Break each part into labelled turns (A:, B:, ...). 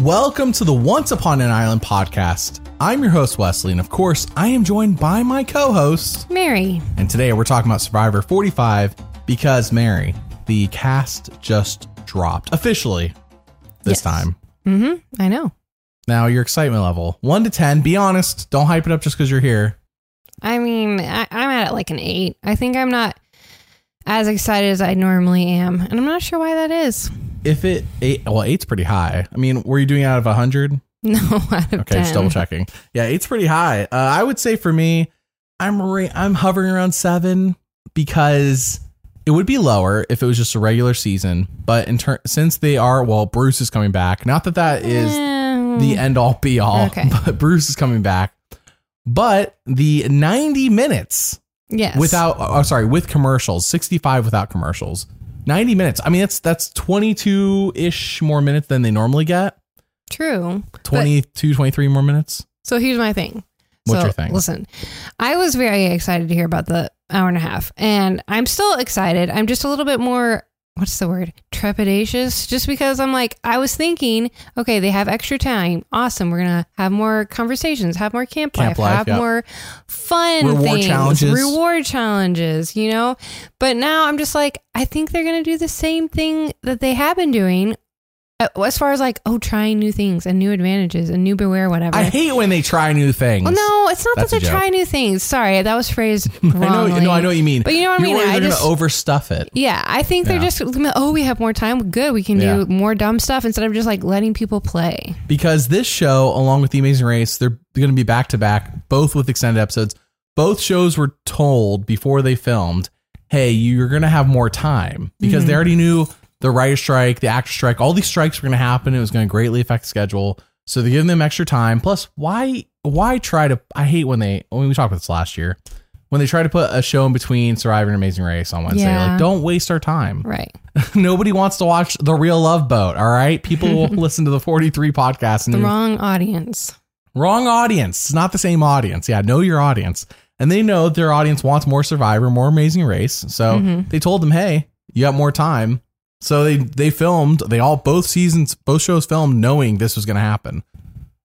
A: Welcome to the Once Upon an Island podcast. I'm your host, Wesley, and of course, I am joined by my co host.
B: Mary.
A: And today we're talking about Survivor 45 because, Mary, the cast just dropped officially this
B: Yes.
A: time.
B: Mm-hmm. I know.
A: Now, your excitement level 1 to 10, be honest, don't hype it up just because you're here.
B: I mean, I, I'm at like an eight. I think I'm not as excited as I normally am, and I'm not sure why that is.
A: If it, eight, well, eight's pretty high. I mean, were you doing it out of 100?
B: No, out of
A: Okay,
B: ten.
A: just double checking. Yeah, eight's pretty high. Uh, I would say for me, I'm re- I'm hovering around seven because it would be lower if it was just a regular season. But in turn, since they are well, Bruce is coming back. Not that that is
B: Eh,
A: the end all be all,
B: Okay.
A: but Bruce is coming back. But the 90 minutes
B: yes.
A: without, oh sorry, with commercials, 65 without commercials, 90 minutes. I mean, that's that's 22 ish more minutes than they normally get.
B: true.
A: 22, 23 more minutes.
B: So here's my thing.
A: What's
B: so,
A: your thing?
B: Listen, I was very excited to hear about the hour and a half, and I'm still excited. I'm just a little bit more. What's the word? Trepidatious, just because I'm like, I was thinking, okay, they have extra time. Awesome. We're going to have more conversations, have more camp,
A: Camp
B: life,
A: life,
B: have
A: yeah.
B: more fun
A: Reward
B: things,
A: challenges.
B: reward challenges, you know? But now I'm just like, I think they're going to do the same thing that they have been doing uh, as far as like, oh, trying new things and new advantages and new beware, whatever.
A: I hate when they try new things.
B: Well, no, it's not
A: That's a
B: that they
A: joke.
B: try new things. Sorry, that was phrased
A: I know,
B: wrongly.
A: no, I know what you mean.
B: But you know what I
A: You're
B: mean?
A: worried
B: I
A: they're
B: just-
A: gonna overstuff it.
B: Yeah, I think they're
A: Yeah.
B: just oh, we have more time. Good, we can
A: Yeah.
B: do more dumb stuff instead of just like letting people play.
A: Because this show, along with The Amazing Race, they're going to be back to back, both with extended episodes. Both shows were told before they filmed, hey, you're going to have more time because they already knew the writer strike, the actor strike, all these strikes were going to happen. It was going to greatly affect the schedule. So they're giving them extra time. Plus, why why try to? I hate when they, when we talked about this last year, when they try to put a show in between Survivor and Amazing Race on Wednesday.
B: Yeah.
A: Like, don't waste our time.
B: Right.
A: Nobody wants to watch The Real Love Boat, all right? People will listen to the 43 podcast and
B: The wrong audience.
A: wrong audience. It's not the same audience. Yeah, know your audience. And they know their audience wants more Survivor, more Amazing Race. So
B: Mm-hmm.
A: they told them, "Hey, you got more time." So they they filmed, they all both seasons, both shows filmed knowing this was going to happen.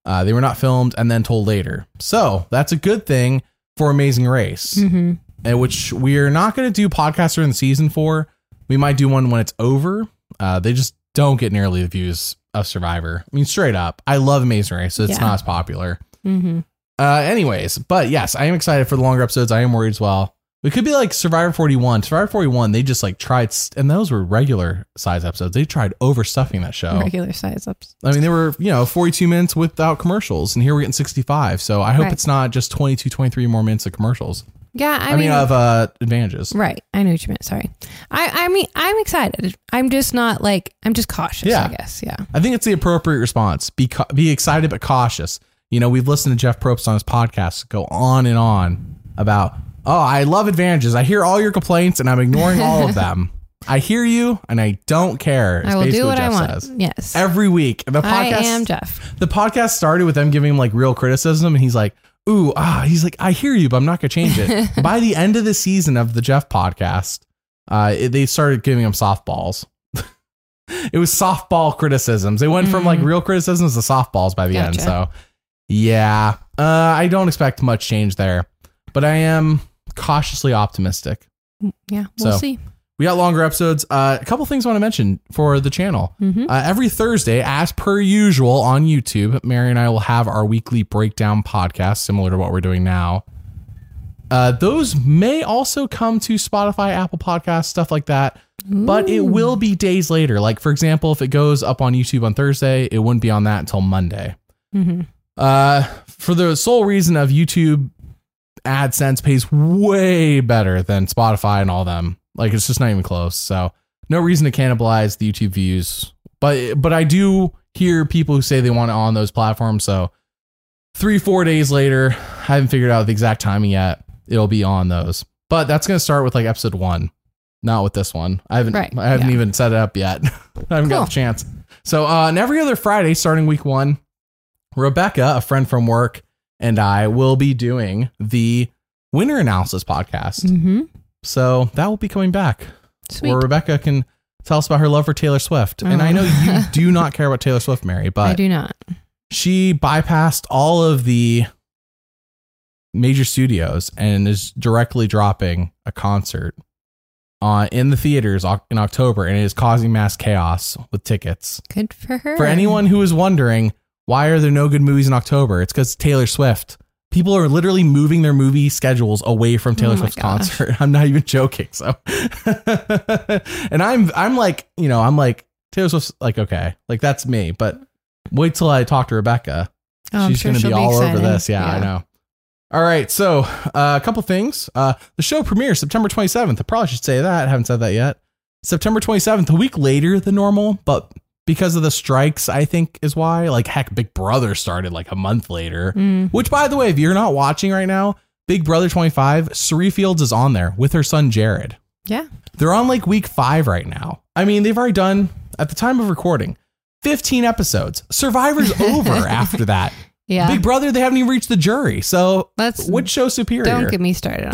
A: Uh, they were not filmed and then told later. So, that's a good thing for Amazing Race
B: Mm-hmm.
A: and which we're not going to do podcasts during the season four. We might do one when it's over. Uh, they just don't get nearly the views of Survivor. I mean, straight up, I love Amazing Race, so it's
B: Yeah.
A: not as popular.
B: Mm-hmm.
A: Uh, anyways, but yes, I am excited for the longer episodes. I am worried as well. We could be like Survivor 41. Survivor 41, they just like tried, st- and those were regular size episodes. They tried overstuffing that show.
B: Regular size ups.
A: I mean, they were, you know, 42 minutes without commercials, and here we're getting 65. So I hope
B: Right.
A: it's not just 22, 23 more minutes of commercials.
B: Yeah, I,
A: I, mean, of uh, advantages.
B: right. I know what you meant. Sorry. I I mean, I'm excited. I'm just not like I'm just cautious.
A: Yeah.
B: I guess. Yeah.
A: I think it's the appropriate response. Be ca- be excited but cautious. You know, we've listened to Jeff Probst on his podcast go on and on about, oh, I love advantages. I hear all your complaints and I'm ignoring all of them. I hear you and I don't care. It's
B: I will
A: basically
B: do what I
A: Jeff
B: want.
A: says.
B: Yes.
A: Every week. The podcast
B: I am Jeff.
A: the podcast started with them giving him like real criticism and he's like, ooh, ah, he's like, I hear you, but I'm not gonna change it. By the end of the season of the Jeff podcast, uh, it- they started giving him softballs. it was softball criticisms. They went from like real criticisms to softballs by the end.
B: Gotcha.
A: So yeah. Uh, I don't expect much change there. But I am cautiously optimistic.
B: Yeah. We'll
A: So.
B: see.
A: We got longer episodes. Uh, a couple things I want to mention for the channel.
B: Mm-hmm.
A: Uh, every Thursday, as per usual on YouTube, Mary and I will have our weekly breakdown podcast, similar to what we're doing now. Uh, those may also come to Spotify, Apple Podcasts, stuff like that. But it will be days later. Like, for example, if it goes up on YouTube on Thursday, it wouldn't be on that until Monday.
B: Mm-hmm.
A: Uh, for the sole reason of YouTube AdSense pays way better than Spotify and all them. Like it's just not even close. So no reason to cannibalize the YouTube views. But but I do hear people who say they want it on those platforms. So three four days later, I haven't figured out the exact timing yet. It'll be on those. But that's gonna start with like episode one, not with this one. I haven't
B: Right,
A: I haven't
B: yeah.
A: even set it up yet. I haven't got
B: Cool.
A: the chance. So uh, and every other Friday, starting week one, Rebecca, a friend from work, and I will be doing the winner analysis podcast.
B: Mm-hmm.
A: So that will be coming back
B: Sweet. Mm.
A: where Rebecca can tell us about her love for Taylor Swift. And I know you do not care about Taylor Swift, Mary,
B: I
A: but
B: do not.
A: she bypassed all of the major studios and is directly dropping a concert uh, in the theaters oc- in October, and it is causing mass chaos with tickets.
B: Good for her.
A: For anyone who is wondering why are there no good movies in October, it's because Taylor Swift. People are literally moving their movie schedules away from Taylor
B: Oh my
A: Swift's
B: gosh.
A: concert. I'm not even joking. So, and I'm I'm like you know I'm like Taylor Swift's like okay like that's me, but wait till I talk to Rebecca
B: Oh, I'm
A: she's
B: sure
A: going to
B: she'll
A: be all over
B: excited.
A: this. Yeah, I know. All right, so uh, a couple things. Uh, the show premieres September 27th. I probably should say that. I haven't said that yet. September 27th, a week later than normal, but because of the strikes, I think is why. Like, heck, Big Brother started like a month later.
B: Mm.
A: Which, by the way, if you're not watching right now, Big Brother 25, Suri Fields is on there with her son Jared.
B: Yeah.
A: They're on like week five right now. I mean, they've already done, at the time of recording, 15 episodes. Survivor's over after that.
B: Yeah.
A: Big Brother, they haven't even reached the jury. So
B: Let's
A: which show's superior?
B: don't get me started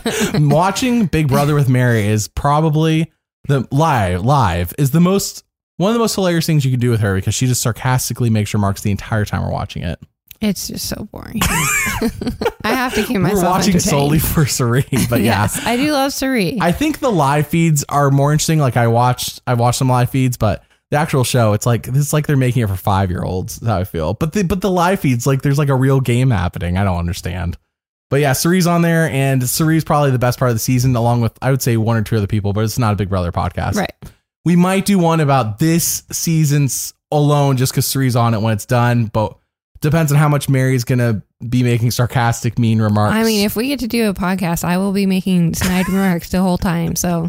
B: Big Brother.
A: Watching Big Brother with Mary is probably the live live is the most one of the most hilarious things you can do with her because she just sarcastically makes remarks the entire time we're watching it.
B: it's just so boring. I have to keep myself
A: we're watching
B: entertained.
A: solely for Serene, but yeah.
B: Yes, I do love Sari.
A: I think the live feeds are more interesting. Like I watched, I watched some live feeds, but the actual show, it's like it's like they're making it for five year olds. Is how I feel. But the but the live feeds, like there's like a real game happening. I don't understand. But yeah, Cerise's on there, and Cerise's probably the best part of the season, along with I would say one or two other people. But it's not a Big Brother podcast.
B: right.
A: We might do one about this season's alone, just because Cerise's on it when it's done. But depends on how much Mary's gonna be making sarcastic, mean remarks.
B: I mean, if we get to do a podcast, I will be making snide remarks the whole time. So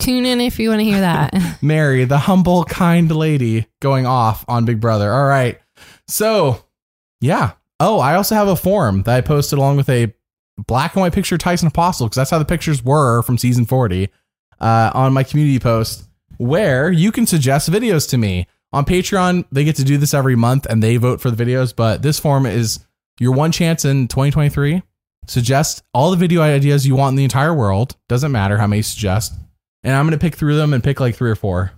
B: tune in if you want to hear that.
A: Mary, the humble, kind lady, going off on Big Brother. All right. So, yeah. Oh, I also have a form that I posted along with a black and white picture of Tyson Apostle, because that's how the pictures were from season 40 uh, on my community post, where you can suggest videos to me. On Patreon, they get to do this every month and they vote for the videos, but this form is your one chance in 2023. Suggest all the video ideas you want in the entire world. Doesn't matter how many you suggest. And I'm going to pick through them and pick like three or four.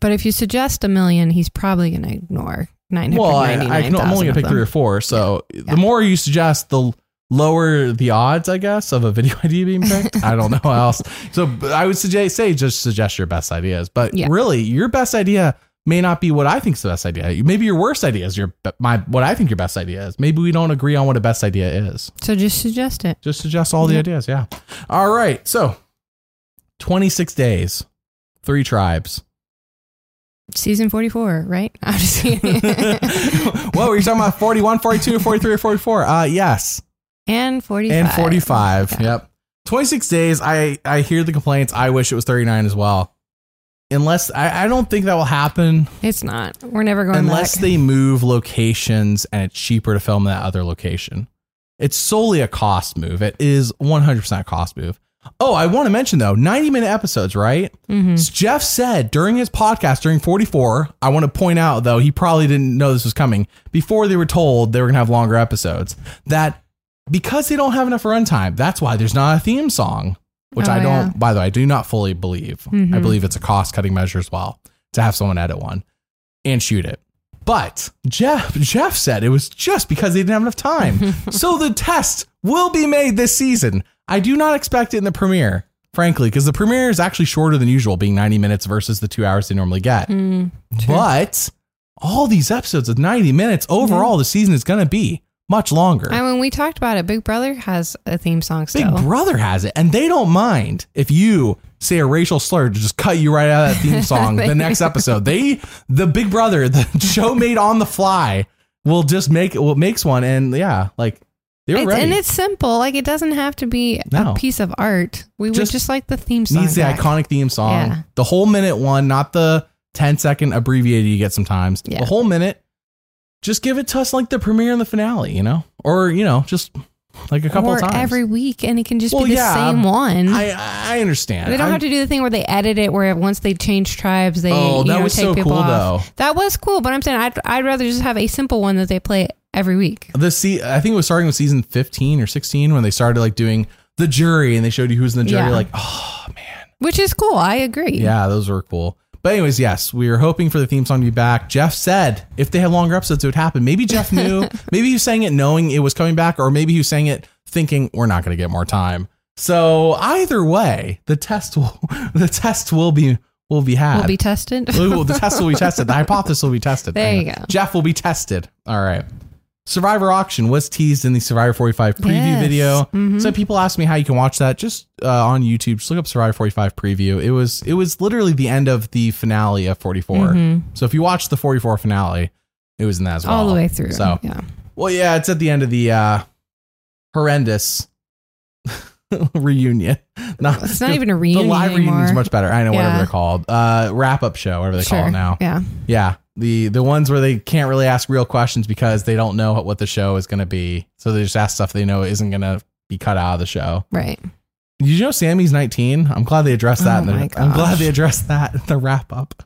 B: But if you suggest a million, he's probably going to ignore nine hundred
A: Well, I,
B: ninety
A: I
B: nine
A: can, I'm only
B: thousand
A: gonna
B: of
A: pick three or
B: them.
A: four. So
B: Yeah.
A: the more you suggest, the l- lower the odds, I guess, of a video idea being picked. I don't know how else. So but I would suggest say just suggest your best ideas, but
B: Yeah.
A: really, your best idea may not be what I think's the best idea. Maybe your worst idea is your be- my what I think your best idea is. Maybe we don't agree on what a best idea is.
B: So just suggest it.
A: Just suggest all the
B: Yeah.
A: ideas. Yeah. All right. So, twenty six days, three tribes.
B: Season forty four, right? I'm just
A: what were you talking about 41 42 43 or 44 uh yes
B: and forty
A: and 45 yep 26 days i i hear the complaints i wish it was 39 as well unless i, I don't think that will happen
B: It's not. We're never going
A: unless
B: back.
A: they move locations and it's cheaper to film that other location it's solely a cost move it is 100% a cost move oh i want to mention though 90 minute episodes right
B: Mhm.
A: Jeff said during his podcast during 44, I want to point out though, he probably didn't know this was coming before they were told they were going to have longer episodes, that because they don't have enough runtime, that's why there's not a theme song, which
B: Oh,
A: I don't,
B: yeah.
A: by the way, I do not fully believe. I
B: Mhm.
A: believe it's a cost cutting measure as well to have someone edit one and shoot it. But Jeff Jeff said it was just because they didn't have enough time. so the test will be made this season. I do not expect it in the premiere, frankly, because the premiere is actually shorter than usual, being 90 minutes versus the two hours they normally get.
B: Mm, true.
A: but all these episodes of 90 minutes overall, the season is going to be much longer.
B: And when we talked about it, Big Brother has a theme song
A: Big
B: still.
A: Brother has it, and they don't mind if you say a racial slur to just cut you right out of that theme song the next episode. They, the Big Brother, the show made on the fly, will just make well makes one, and yeah, like they were
B: It's-
A: ready.
B: and it's simple. Like it doesn't have to be
A: No.
B: a piece of art. We
A: Just
B: would just like the theme song.
A: needs the
B: back.
A: iconic theme song,
B: Yeah.
A: the whole minute one, not the 10 second abbreviated you get sometimes.
B: Yeah.
A: The whole minute. Just give it to us like the premiere and the finale, you know, or you know, just like a couple
B: or
A: of times
B: every week, and it can just
A: Well,
B: be the
A: yeah,
B: same one.
A: I I understand.
B: they don't
A: I'm-
B: have to do the thing where they edit it, where once they change tribes, they
A: Oh,
B: you
A: that
B: know,
A: was
B: take
A: so
B: people
A: cool,
B: off.
A: though.
B: That was cool, but I'm saying I'd, I'd rather just have a simple one that they play every week.
A: the se- I think it was starting with season 15 or 16 when they started like doing the jury and they showed you who's in the jury
B: Yeah.
A: like oh man
B: which is cool. I agree.
A: Yeah, those were cool. But anyways, yes, we were hoping for the theme song to be back. Jeff said if they had longer episodes, it would happen. Maybe Jeff knew. maybe he was saying it knowing it was coming back, or maybe he was saying it thinking we're not going to get more time. So either way, the test will the test will be will be had.
B: We'll be tested.
A: We will- the test will be tested. The hypothesis will be tested.
B: There you
A: Hang on.
B: go.
A: Jeff will be tested. All right. Survivor Auction was teased in the Survivor 45 preview
B: Yes.
A: video.
B: Mhm.
A: So people ask me how you can watch that. Just uh, on YouTube, just look up Survivor 45 preview. It was it was literally the end of the finale of 44.
B: Mhm.
A: So if you watch the 44 finale, it was in that as well.
B: All the way through.
A: So
B: yeah.
A: well, yeah, it's at the end of the uh, horrendous reunion. Not,
B: It's not even a reunion.
A: the live
B: anymore.
A: reunions much better. I know whatever
B: Yeah.
A: they're called. Uh, wrap up show, whatever they
B: sure.
A: call it now.
B: Yeah.
A: Yeah. The the ones where they can't really ask real questions because they don't know what the show is going to be. So they just ask stuff they know isn't going to be cut out of the show.
B: Right.
A: Did you know Sammy's 19? I'm glad they addressed that.
B: Oh
A: in the,
B: my
A: I'm glad
B: gosh.
A: they addressed that in the wrap up.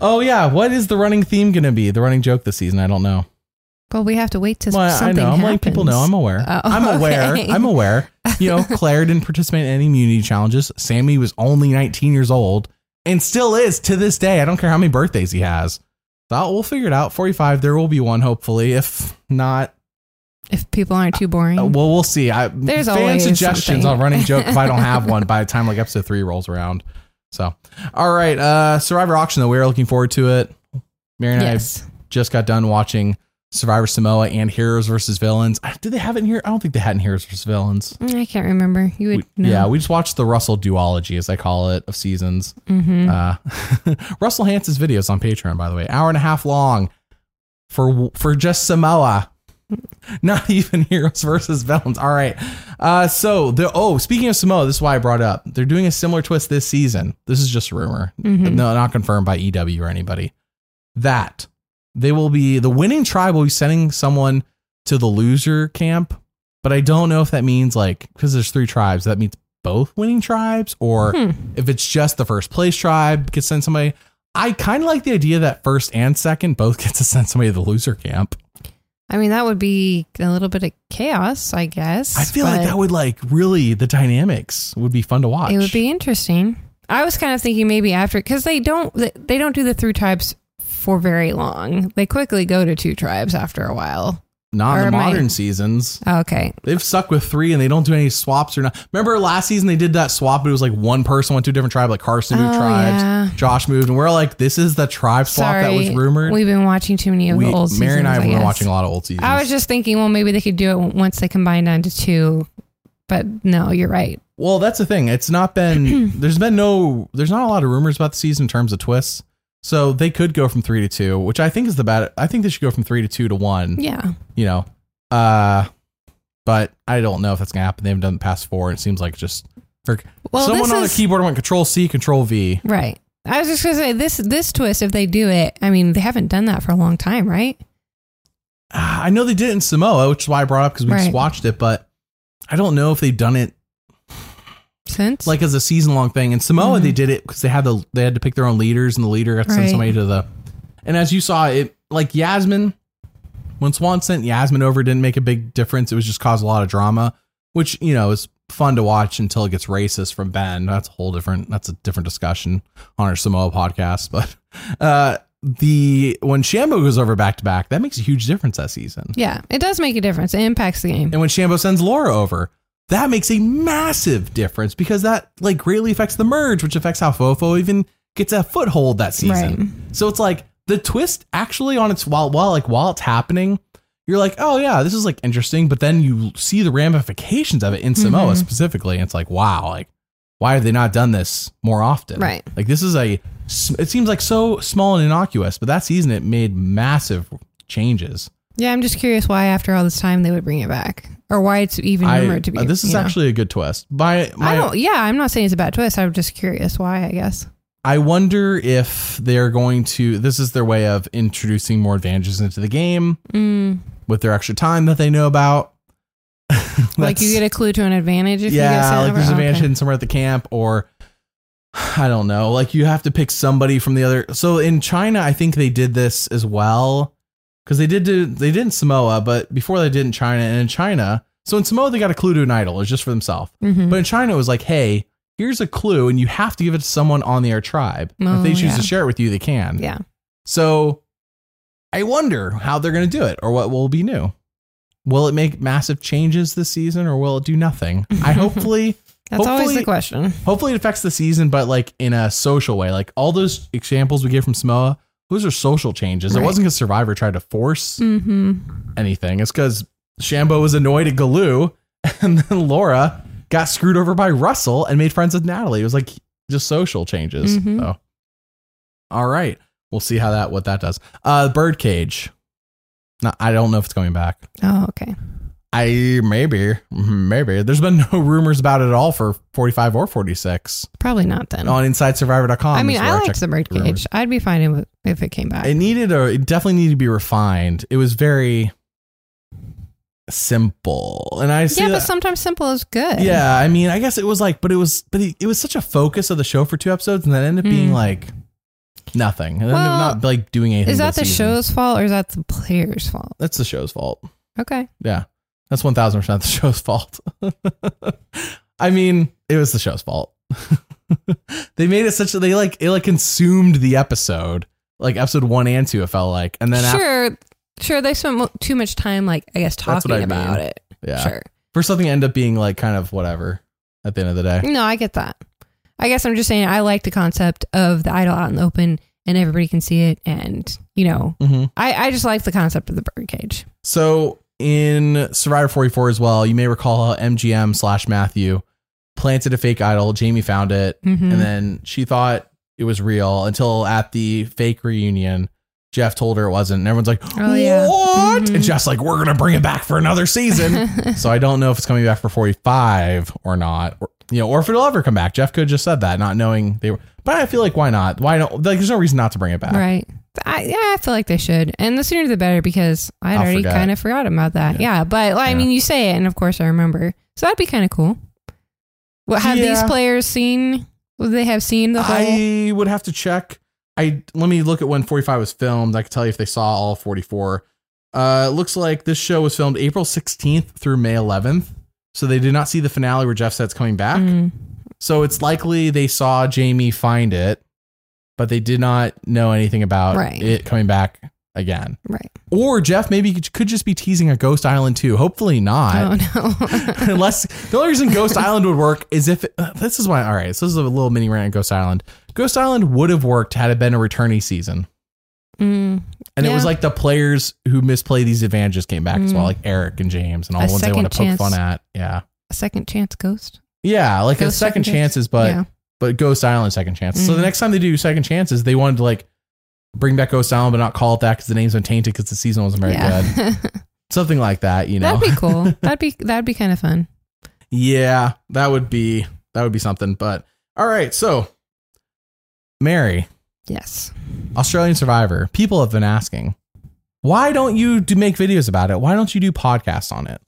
A: Oh yeah, what is the running theme going to be? The running joke this season? I don't know.
B: Well, we have to wait till
A: Well, I
B: something
A: know. I'm
B: happens.
A: letting people know. I'm aware.
B: Oh,
A: I'm aware.
B: okay.
A: I'm aware. You know, Claire didn't participate in any immunity challenges. Sammy was only 19 years old and still is to this day. I don't care how many birthdays he has. So I'll- we'll figure it out. 45, there will be one, hopefully. If not,
B: if people aren't too boring.
A: uh, well, we'll see. I,
B: Mm. There's
A: fan
B: always
A: suggestions
B: something.
A: on running joke if I don't have one by the time like episode three rolls around. So, all right. Uh, Survivor auction though, we are looking forward to it. Mary and I
B: yes.
A: just got done watching Survivor Samoa and Heroes versus Villains. I- Did they have it in here? I don't think they had in Heroes versus Villains.
B: Mm, I can't remember. You would
A: We-
B: know.
A: Yeah, we just watched the Russell duology, as I call it, of seasons.
B: hmm
A: Uh, Russell Hans's videos on Patreon, by the way, hour and a half long for for just Samoa. Not even heroes versus villains. All right. Uh, so the oh, speaking of Samoa, this is why I brought it up. They're doing a similar twist this season. This is just a rumor,
B: Mhm.
A: no, not confirmed by EW or anybody. That they will be the winning tribe will be sending someone to the loser camp, but I don't know if that means like because there's three tribes that means both winning tribes or
B: Hmm.
A: if it's just the first place tribe could send somebody. I kind of like the idea that first and second both get to send somebody to the loser camp.
B: I mean, that would be a little bit of chaos, I guess.
A: I feel like
B: but
A: that would like really the dynamics would be fun to watch.
B: It would be interesting. I was kind of thinking maybe after because they don't they don't do the three tribes for very long. They quickly go to two tribes after a while.
A: not in
B: or
A: the
B: am I-
A: modern seasons.
B: Okay,
A: They've stuck with three and they don't do any swaps or not. Remember last season they did that swap, but it was like one person went to a different tribe, like Carson moved
B: Oh,
A: tribes,
B: yeah.
A: Josh moved, and we're like, this is the tribe swap
B: sorry.
A: that was rumored.
B: We've been watching too many of
A: We-
B: the old.
A: Mary and I
B: have
A: have been watching a lot of old seasons.
B: I was just thinking, well, maybe they could do it once they combine down to two, but no, you're right.
A: Well, that's the thing. It's not been there's been no there's not a lot of rumors about the season in terms of twists. So they could go from three to two, which I think is the bad. I think they should go from three to two to one.
B: Yeah,
A: You know, uh, but I don't know if that's gonna happen. They haven't done the past four. and It seems like just for
B: Well,
A: someone
B: this
A: on the
B: is-
A: keyboard went Control C, Control V.
B: right. I was just gonna say this this twist. If they do it, I mean, they haven't done that for a long time, right?
A: Ah, I know they did it in Samoa, which is why I brought it up because we just
B: Right.
A: watched it. But I don't know if they've done it
B: Since
A: like as a season long thing. In Samoa, they did it because they had the they had to pick their own leaders, and the leader got to send
B: Mm-hmm.
A: somebody
B: Right.
A: to the. And as you saw, it like Yasmin, when Swan sent Yasmin over, it didn't make a big difference. It was just caused a lot of drama, which you know is fun to watch until it gets racist from Ben. That's a whole different. That's a different discussion on our Samoa podcast. But uh the when Shambo goes over back to back, that makes a huge difference that season.
B: yeah, it does make a difference. It impacts the game.
A: And when Shambo sends Laura over, that makes a massive difference because that like greatly affects the merge, which affects how Fofo even gets a foothold that season. So it's like the twist actually on its while while like while it's happening, you're like, oh yeah, this is like interesting, but then you see the ramifications of it in Samoa specifically, and it's like, wow, like why have they not done this more often?
B: Right.
A: Like this is a s- it seems like so small and innocuous, but that season it made massive changes.
B: Yeah, I'm just curious why after all this time they would bring it back, or why it's even
A: I-
B: rumored to be.
A: uh, this is
B: you know.
A: actually a good twist. By my,
B: I don't. Yeah, I'm not saying it's a bad twist. I'm just curious why. I guess.
A: I wonder if they're going to. This is their way of introducing more advantages into the game
B: Mm,
A: with their extra time that they know about.
B: like you
A: That's-
B: get a clue to an advantage if you get
A: yeah,
B: sent
A: like
B: over?
A: there's
B: Okay.
A: advantage hidden somewhere at the camp, or I don't know. Like you have to pick somebody from the other. So in China, I think they did this as well because they did do, they did in Samoa, but before they did in China and in China. So in Samoa, they got a clue to an idol. It's just for themselves.
B: Mhm.
A: But in China, it was like, hey, here's a clue, and you have to give it to someone on their tribe. And if
B: Oh,
A: they choose
B: yeah.
A: to share it with you, they can.
B: Yeah.
A: So I wonder how they're going to do it or what will be new. Will it make massive changes this season or will it do nothing? I hopefully
B: That's always
A: Hopefully-
B: the question.
A: hopefully it affects the season but like in a social way. Like all those examples we gave from Samoa, those are social changes. It
B: Right.
A: wasn't cuz Survivor tried to force
B: Mm-hmm.
A: anything. It's cuz Shambo was annoyed at Galoo and then Laura got screwed over by Russell and made friends with Natalie. It was like just social changes.
B: Mhm.
A: So all right. We'll see how that what that does. Uh Birdcage. No, I don't know if it's coming back.
B: Oh, okay.
A: I maybe, mm-hmm, maybe. There's been no rumors about it at all for 45 or 46
B: Probably not then.
A: on InsideSurvivor.com.
B: I mean,
A: is where
B: I
A: checked
B: liked the bird
A: the rumors.
B: cage. I'd be fine with- if it came back.
A: It needed, or it definitely needed to be refined. It was very simple, and I see
B: yeah,
A: that.
B: but sometimes simple is good.
A: yeah, I mean, I guess it was like, but it was, but it, it was such a focus of the show for two episodes, and that ended up being
B: Hmm.
A: like nothing, and then
B: Well,
A: not like doing anything.
B: Is that the
A: this season.
B: show's fault or is that the player's fault?
A: That's the show's fault.
B: Okay.
A: Yeah. That's 1000% the show's fault. I mean, it was the show's fault. they made it such that they like it like consumed the episode, like episode 1 and 2 it felt like. And then after
B: sure. sure. They spent mo- too much time, like, I guess,
A: That's
B: talking
A: what I
B: about
A: mean.
B: it.
A: yeah.
B: Sure.
A: For something to end up being like kind of whatever at the end of the day.
B: No, I get that. I guess I'm just saying I like the concept of the idol out in the open and everybody can see it. And, you know,
A: Mhm.
B: I, I just like the concept of the bird cage.
A: So in Survivor 44 as well, you may recall how MGM slash Matthew planted a fake idol. Jamie found it,
B: Mhm.
A: and then she thought it was real until at the fake reunion. Jeff told her it wasn't, and everyone's like,
B: Oh, yeah.
A: "What?"
B: Mhm.
A: And Jeff's like, "We're gonna bring it back for another season." so I don't know if it's coming back for 45 or not, or, you know, or if it'll ever come back. Jeff could have just said that, not knowing they were. But I feel like why not? Why don't? Like, there's no reason not to bring it back.
B: right. I, yeah, I feel like they should. And the sooner the better because I
A: I'll
B: would already
A: forget.
B: kind of forgot about that. Yeah. but like, I
A: Yeah.
B: mean, you say it and of course I remember. So that'd be kind of cool. What have these
A: Yeah.
B: players seen? Would they have seen the whole?
A: I would have to check. I let me look at when 45 was filmed. I can tell you if they saw all 44. Uh, it looks like this show was filmed April 16th through May 11th. So they did not see the finale where Jeff said it's coming back.
B: Mm.
A: So it's likely they saw Jamie find it, but they did not know anything about
B: Right.
A: it coming back again.
B: Right.
A: Or Jeff maybe could just be teasing a Ghost Island too. Hopefully not.
B: oh no.
A: Unless the only reason Ghost Island would work is if uh, this is why. All right, so this is a little mini rant on Ghost Island. Ghost Island would have worked had it been a returnee season,
B: Mm.
A: and it was
B: Yeah.
A: like the players who misplay these advantages came back as well,
B: Mm.
A: like Eric and James and all
B: A
A: the ones they want to
B: second
A: poke fun at.
B: chance.
A: Yeah,
B: A second chance ghost.
A: yeah, like a
B: Ghost
A: second
B: second chance.
A: chances, but
B: yeah.
A: but Ghost Island second chances. So the
B: Mhm.
A: next time they do second chances, they wanted to like bring back Ghost Island, but not call it that because the name's been tainted because the season wasn't very good,
B: yeah.
A: something like that. You know,
B: That'd be cool. That'd be that'd be kind of fun.
A: Yeah, that would be that would be something. But all right, so Mary,
B: Yes.
A: Australian Survivor, people have been asking, why don't you do make videos about it? Why don't you do podcasts on it?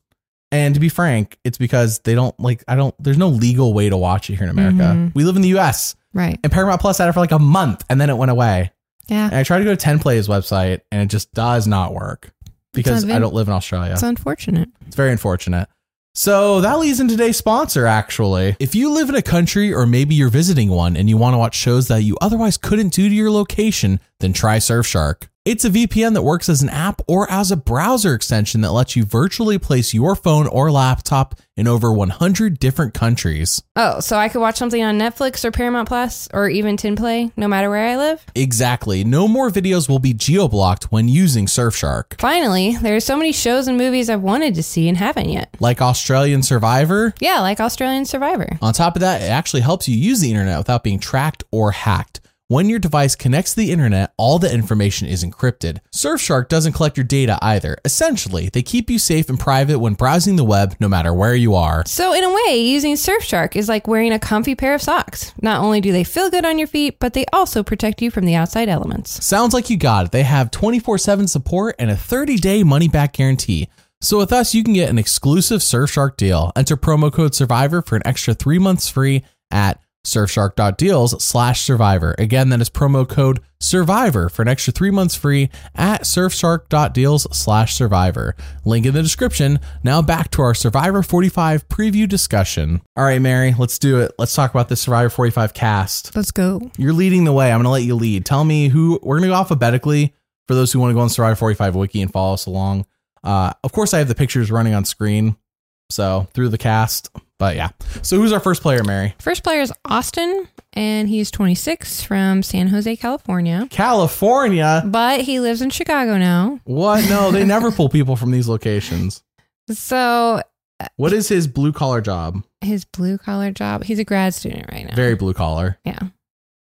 A: And to be frank, it's because they don't like I don't there's no legal way to watch it here in America.
B: Mhm.
A: We live in the US.
B: Right.
A: And Paramount Plus had it for like a month and then it went away.
B: Yeah.
A: And I tried to go to 10 Play's website and it just does not work because
B: not
A: I
B: vid-
A: don't live in Australia.
B: It's unfortunate.
A: It's very unfortunate. So that leads into today's sponsor, actually. If you live in a country or maybe you're visiting one and you want to watch shows that you otherwise couldn't do to your location, then try Surfshark. It's a VPN that works as an app or as a browser extension that lets you virtually place your phone or laptop in over 100 different countries.
B: Oh, so I could watch something on Netflix or Paramount Plus or even Tin Play, no matter where I live.
A: Exactly. No more videos will be geo-blocked when using Surfshark.
B: Finally, there are so many shows and movies I've wanted to see and haven't yet.
A: Like Australian Survivor,
B: Yeah, like Australian Survivor.
A: On top of that, it actually helps you use the internet without being tracked or hacked. When your device connects to the internet, all the information is encrypted. Surfshark doesn't collect your data either. Essentially, they keep you safe and private when browsing the web no matter where you are.
B: So in a way, using Surfshark is like wearing a comfy pair of socks. Not only do they feel good on your feet, but they also protect you from the outside elements.
A: Sounds like you got it. They have 24 7 support and a 30 day money back guarantee. So with us, you can get an exclusive Surfshark deal. Enter promo code SURVIVOR for an extra three months free at surfshark.deals slash survivor. Again, that is promo code survivor for an extra three months free at surfshark.deals slash survivor. Link in the description. Now back to our Survivor 45 preview discussion. All right, Mary, let's do it. Let's talk about this Survivor 45 cast.
B: Let's go.
A: You're leading the way. I'm going to let you lead. Tell me who we're going to go alphabetically for those who want to go on Survivor 45 Wiki and follow us along. Uh, of course, I have the pictures running on screen, so through the cast. But yeah, so who's our first player, Mary?
B: First player is Austin, and he's 26 from San Jose, California.
A: California.
B: But he lives in Chicago now.
A: What? No, they never pull people from these locations.
B: So
A: What is his blue collar job?
B: his blue collar job, he's a grad student right now.
A: Very blue collar.
B: Yeah.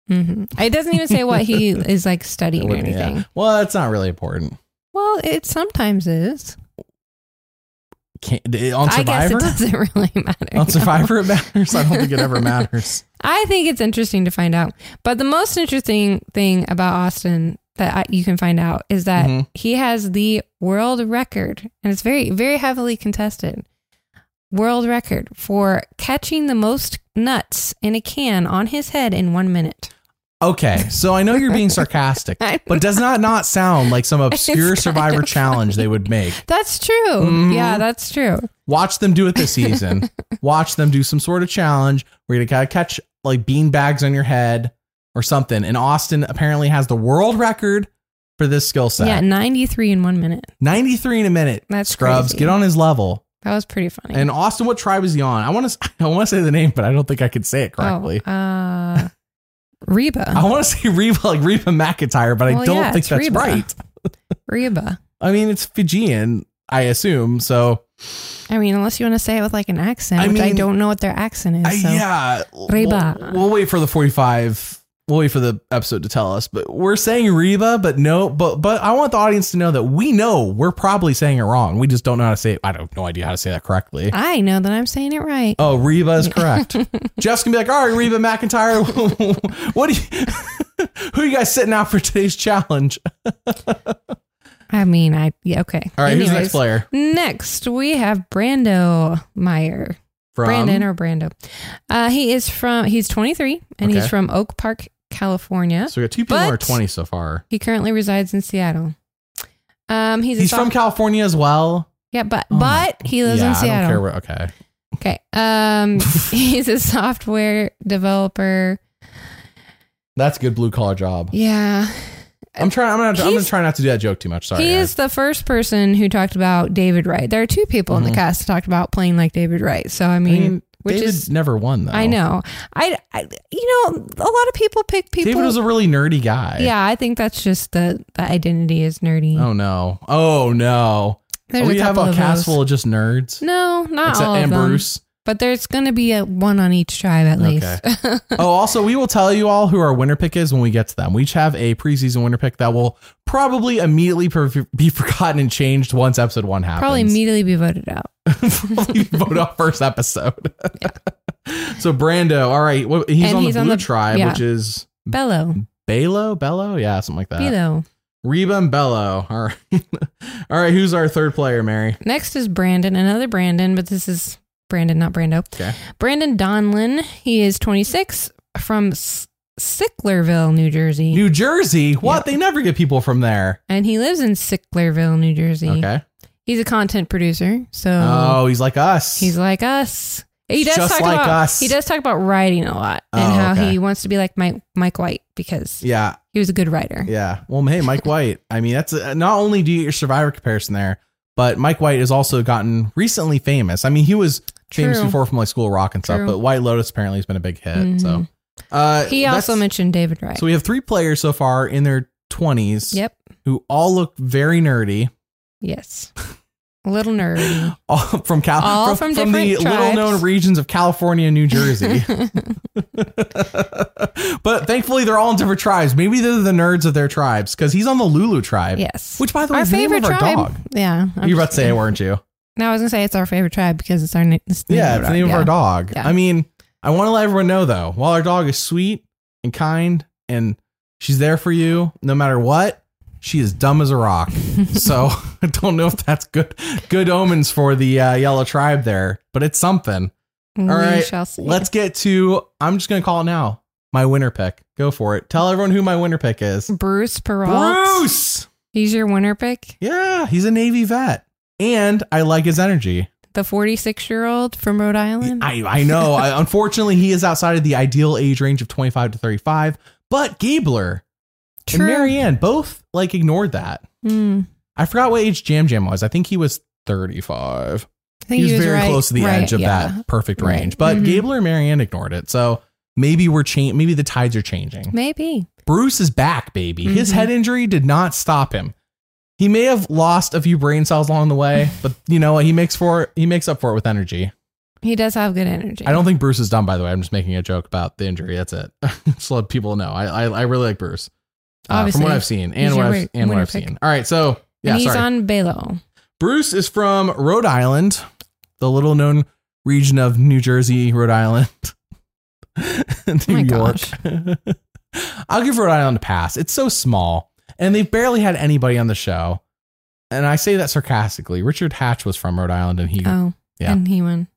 B: hmm It doesn't even say what he is like studying or
A: Yeah.
B: anything.
A: Well, that's not really important.
B: Well, it sometimes is.
A: Can, on
B: I guess
A: Survivor?
B: it doesn't really matter. no.
A: On Survivor, it matters. I don't think it ever matters.
B: I think it's interesting to find out. But the most interesting thing about Austin that I, you can find out is that
A: Mhm.
B: he has the world record, and it's very, very heavily contested. World record for catching the most nuts in a can on his head in one minute.
A: Okay, so I know you're being sarcastic,
B: I-
A: but does that not sound like some obscure
B: It's kind
A: Survivor
B: of
A: challenge they would make?
B: That's true.
A: Mhm.
B: Yeah, that's true.
A: Watch them do it this season. Watch them do some sort of challenge where you gotta catch like bean bags on your head or something. And Austin apparently has the world record for this skill set.
B: Yeah, 93 in one minute.
A: 93 in a minute.
B: That's
A: Scrubs,
B: crazy.
A: get on his level.
B: That was pretty funny.
A: And Austin, what tribe is he on? I want to. I want to say the name, but I don't think I can say it correctly. Oh.
B: Oh, uh, Reba.
A: I want to say Reba, like Reba McIntyre, but I
B: Oh. Well,
A: don't
B: yeah,
A: think
B: it's
A: that's
B: Reba.
A: right.
B: Reba.
A: I mean, it's Fijian, I assume. So
B: I mean, unless you want to say it with like an accent,
A: I
B: which I
A: mean-
B: don't know what their accent is.
A: I-
B: so.
A: yeah,
B: Reba.
A: We'll, we'll wait for the forty-five. We'll wait for the episode to tell us. But we're saying Reba, but no, but but I want the audience to know that we know we're probably saying it wrong. We just don't know how to say it. I don't no idea how to say that correctly.
B: I know that I'm saying it right.
A: Oh, Reba is correct. Jeff's gonna be like, all right, Reba McIntyre, what do you, who you guys sitting out for today's challenge?
B: I mean, I yeah, okay.
A: All right, who's the next
B: Anyways,
A: player?
B: Next, we have Brando Meyer.
A: From
B: Brandon or Brando. Uh, he is from he's 23 and
A: Okay.
B: he's from Oak Park, California.
A: so we got two people who are
B: But-
A: twenty so far.
B: He currently resides in Seattle. Um, he's, a
A: He's from
B: soft-
A: California as well.
B: yeah, but
A: Oh my-
B: but he lives
A: yeah,
B: in
A: I don't
B: Seattle.
A: care where. Okay,
B: Okay. Um, he's a software developer.
A: that's a good blue collar job.
B: Yeah.
A: I'm trying. I'm gonna. I'm gonna
B: He's-
A: try not to do that joke too much. Sorry.
B: he
A: guys.
B: is the first person who talked about David Wright. There are two people in
A: Mhm.
B: the cast who talked about playing like David Wright. So, I
A: I
B: mean,
A: mean,
B: which
A: David
B: is.
A: never won though.
B: I know. I, I, you know, a lot of people pick people.
A: David was a really nerdy guy.
B: yeah, I think that's just the, the identity is nerdy.
A: Oh no. Oh no.
B: There's
A: we
B: a
A: have
B: couple
A: a
B: of
A: cast
B: those.
A: full of just nerds.
B: No, not
A: Except
B: all of
A: and
B: them.
A: Bruce.
B: But there's going to be a one on each tribe at
A: Okay.
B: least.
A: oh, also, we will tell you all who our winner pick is when we get to them. We each have a preseason winner pick that will probably immediately per- be forgotten and changed once episode one happens.
B: Probably immediately be voted out.
A: Probably vote off first episode. so Brando, all right, wh- he's
B: And
A: on
B: he's
A: the
B: on
A: blue
B: the-
A: tribe,
B: yeah.
A: which is
B: Bello.
A: Balo, Bello, yeah, something like that.
B: Bello.
A: Reba and Bello. All right, all right. Who's our third player, Mary?
B: Next is Brandon, another Brandon, but this is Brandon, not Brando.
A: Okay.
B: Brandon Donlin. He is 26 from S- Sicklerville, New Jersey.
A: New Jersey. What? They never get people from there.
B: and he lives in Sicklerville, New Jersey.
A: Okay.
B: He's a content producer, so
A: Oh, he's like us.
B: he's like us. He does
A: Just
B: talk
A: like
B: about
A: us.
B: he does talk about writing a lot and
A: Oh,
B: how
A: okay.
B: he wants to be like Mike Mike White because
A: yeah.
B: he was a good writer.
A: Yeah. Well, hey, Mike White. I mean, that's uh not only do you get your Survivor comparison there, but Mike White has also gotten recently famous. I mean, he was famous
B: True.
A: before from like School of Rock and stuff,
B: True.
A: but White Lotus apparently has been a big hit. So
B: Mhm.
A: uh,
B: He also
A: that's-
B: mentioned David Wright.
A: So we have three players so far in their twenties,
B: yep.
A: who all look very nerdy,
B: Yes. A little nerdy.
A: all from Cal,
B: All
A: from,
B: from
A: from the
B: different tribes.
A: little-known regions of California and New Jersey. but thankfully, they're all in different tribes. Maybe they're the nerds of their tribes because he's on the Lulu tribe.
B: yes.
A: Which, by the way,
B: our
A: is the name
B: favorite
A: of our
B: tribe.
A: dog.
B: Yeah.
A: you
B: I'm
A: were
B: just
A: about to say it,
B: kidding.
A: weren't you?
B: No, I was gonna say it's our favorite tribe because it's our na- it's the name.
A: Yeah, it's the name of our dog.
B: Yeah.
A: I mean, I want to let everyone know though, while our dog is sweet and kind and she's there for you no matter what, she is dumb as a rock. so I don't know if that's good good omens for the uh, yellow tribe there, but it's something. All right,
B: shall see.
A: let's get to. I'm just gonna call it now. My winner pick. Go for it. Tell everyone who my winner pick is.
B: Bruce Peralt.
A: Bruce.
B: He's your winner pick.
A: Yeah, he's a Navy vet, and I like his energy.
B: The 46 year old from Rhode Island.
A: I, I know. I, unfortunately, he is outside of the ideal age range of 25 to 35. But Gabler
B: True.
A: and Marianne both like ignored that.
B: Hmm.
A: I forgot what age Jam Jam was. I think he was 35.
B: I think
A: he was,
B: he was
A: very
B: right-
A: close to the
B: right,
A: edge of
B: yeah.
A: that perfect
B: Right.
A: range. But
B: Mhm.
A: Gabler and Marianne ignored it. So maybe we're changing. Maybe the tides are changing.
B: Maybe.
A: Bruce is back, baby. His
B: Mhm.
A: head injury did not stop him. He may have lost a few brain cells along the way, but you know what? He makes for he makes up for it with energy.
B: He does have good energy.
A: I don't think Bruce is done, by the way. I'm just making a joke about the injury. That's it. just let people know. I I, I really like Bruce. Uh, from
B: Obviously.
A: what I've seen and
B: He's
A: what
B: your
A: I've,
B: wi-
A: and what
B: winner
A: I've
B: pick.
A: seen. All right, so yeah,
B: and he's
A: sorry.
B: on Balo.
A: Bruce is from Rhode Island, the little known region of New Jersey, Rhode Island, New
B: Oh my
A: York. I'll give Rhode Island a pass. It's so small, and they've barely had anybody on the show. And I say that sarcastically. Richard Hatch was from Rhode Island, and he.
B: Oh,
A: Yeah.
B: and he won.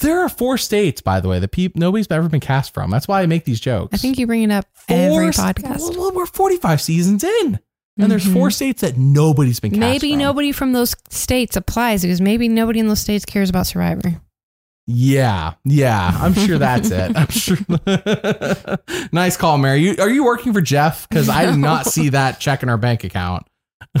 A: there are four states, by the way, that peop, nobody's ever been cast from. That's why I make these jokes.
B: I think you bring it up every podcast.
A: Well, we're forty-five seasons in, and there's
B: Mhm.
A: four states that nobody's been cast.
B: Maybe
A: from.
B: nobody from those states applies because maybe nobody in those states cares about Survivor.
A: Yeah, yeah, I'm sure that's it. I'm sure. nice call, Mary. You, are you working for Jeff? Because I did not
B: No.
A: see that check in our bank account.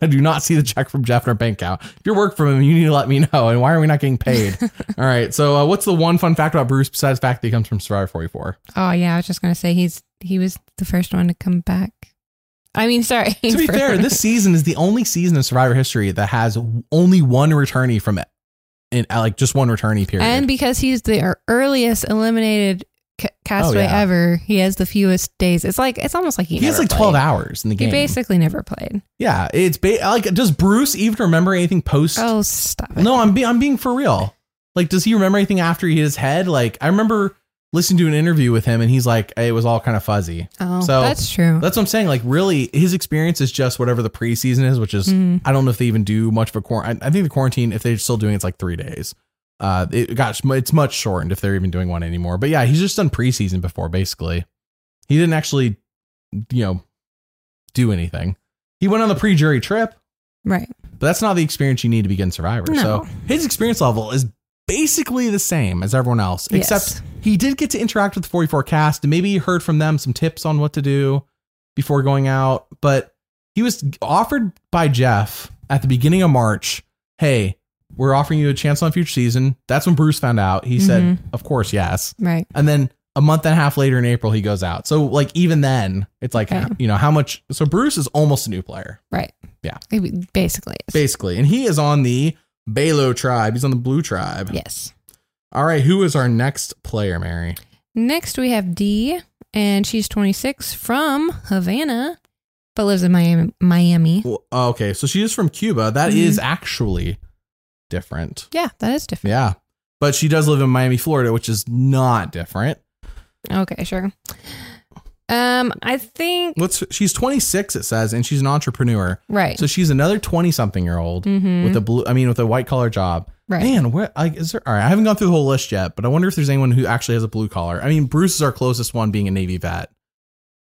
A: I do not see the check from Jeff in our bank account. If you're working for him, you need to let me know. And why are we not getting paid? All right. So, uh, what's the one fun fact about Bruce besides the fact that he comes from Survivor 44?
B: Oh yeah, I was just gonna say he's he was the first one to come back. I mean, sorry.
A: To be
B: for-
A: fair, this season is the only season in Survivor history that has only one returnee from it, in uh, like just one returnee period.
B: and because he's the ear- earliest eliminated ca- castaway
A: Oh, yeah.
B: ever, he has the fewest days. It's like it's almost like he
A: he has
B: never
A: like 12
B: played.
A: hours in the
B: He
A: game.
B: basically never played.
A: Yeah, it's ba- like does Bruce even remember anything post?
B: Oh, stop it!
A: no, I'm be- I'm being for real. Like, does he remember anything after he hit his head? Like, I remember listening to an interview with him, and he's like, it was all kind of fuzzy.
B: oh,
A: so-
B: that's true.
A: That's what I'm saying. Like, really, his experience is just whatever the preseason is, which is
B: Mm.
A: I don't know if they even do much of a quarantine. I think the quarantine, if they're still doing, it, it's like three days. Uh, it got it's much shortened if they're even doing one anymore. But yeah, he's just done preseason before. Basically, he didn't actually, you know, do anything. He went on the pre-jury trip.
B: right.
A: But that's not the experience you need to begin Survivor.
B: No.
A: So his experience level is basically the same as everyone else,
B: Yes.
A: except he did get to interact with the 44 cast and maybe he heard from them some tips on what to do before going out. But he was offered by Jeff at the beginning of March hey, we're offering you a chance on a future season. That's when Bruce found out. He said,
B: Mhm.
A: of course, yes.
B: Right.
A: And then a month and a half later in April, he goes out. So, like, even then, it's like,
B: Right.
A: you know, how much? So, Bruce is almost a new player
B: Right.
A: Yeah.
B: It basically. Is.
A: basically. And he is on the Balo tribe. He's on the blue tribe.
B: Yes.
A: All right, who is our next player, Mary?
B: Next, we have Dee, and she's 26 from Havana, but lives in Miami. Miami.
A: Well, okay, so she is from Cuba. That is
B: Mhm.
A: actually different.
B: Yeah, that is different.
A: Yeah. But she does live in Miami, Florida, which is not different.
B: Okay, sure. Um, I think
A: What's she's 26 it says and she's an entrepreneur.
B: right.
A: So she's another 20 something year old
B: Mhm.
A: with a blue I mean with a white collar job.
B: right.
A: Man, where like is there all right, I haven't gone through the whole list yet, but I wonder if there's anyone who actually has a blue collar. I mean, Bruce is our closest one being a Navy vet.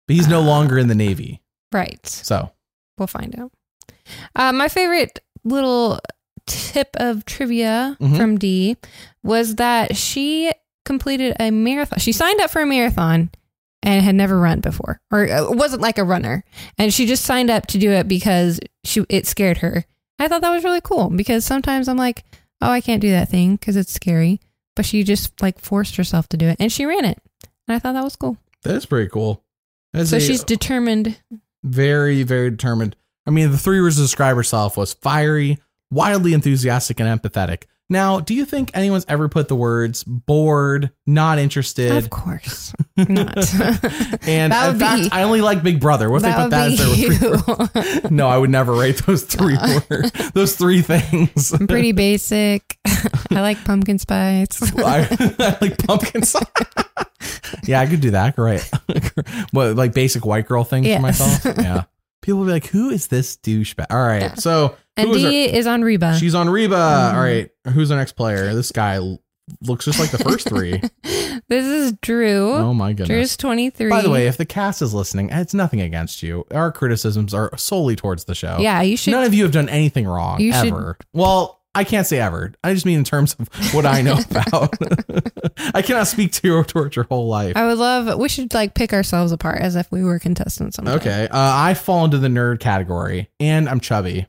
A: But he's no
B: Uh.
A: longer in the Navy.
B: Right.
A: So
B: We'll find out. Uh, my favorite little tip of trivia
A: Mhm.
B: from Dee was that she completed a marathon. She signed up for a marathon and had never run before, or uh, wasn't like a runner, and she just signed up to do it because she it scared her. I thought that was really cool because sometimes I'm like, oh, I can't do that thing because it's scary, but she just like forced herself to do it and she ran it, and I thought that was cool.
A: That is pretty cool. That's
B: so
A: a
B: she's determined.
A: very, very determined. I mean, the three words to describe herself was fiery, wildly enthusiastic, and empathetic. Now, do you think anyone's ever put the words bored, not
B: Of
A: interested?
B: course, not.
A: And
B: That
A: in
B: would
A: fact,
B: be-
A: I only like Big Brother. What if they put that as their three words?
B: you.
A: No, I would never rate those three
B: Uh.
A: words, those three things.
B: I'm pretty basic. I like pumpkin spice.
A: I, I like pumpkin spice. yeah, I could do that. Great. what like basic white girl thing
B: Yes.
A: for myself? Yeah. People will be like, "Who is this douchebag?" All right.
B: Yeah.
A: So who
B: And
A: is our-
B: D is on Reba.
A: she's on Reba.
B: Mhm.
A: All right. Who's our next player? This guy looks just like the first three.
B: This is Drew.
A: oh my goodness.
B: Drew's 23.
A: By the way, if the cast is listening, it's nothing against you. Our criticisms are solely towards the show.
B: yeah, you should.
A: oh. None of you have done anything wrong
B: You should-
A: ever. Well, I can't say ever. I just mean in terms of what I know about. I cannot speak to your towards your whole life.
B: I would love. We should like pick ourselves apart as if we were contestants. Sometime.
A: Okay. Uh, I fall into the nerd category and I'm chubby.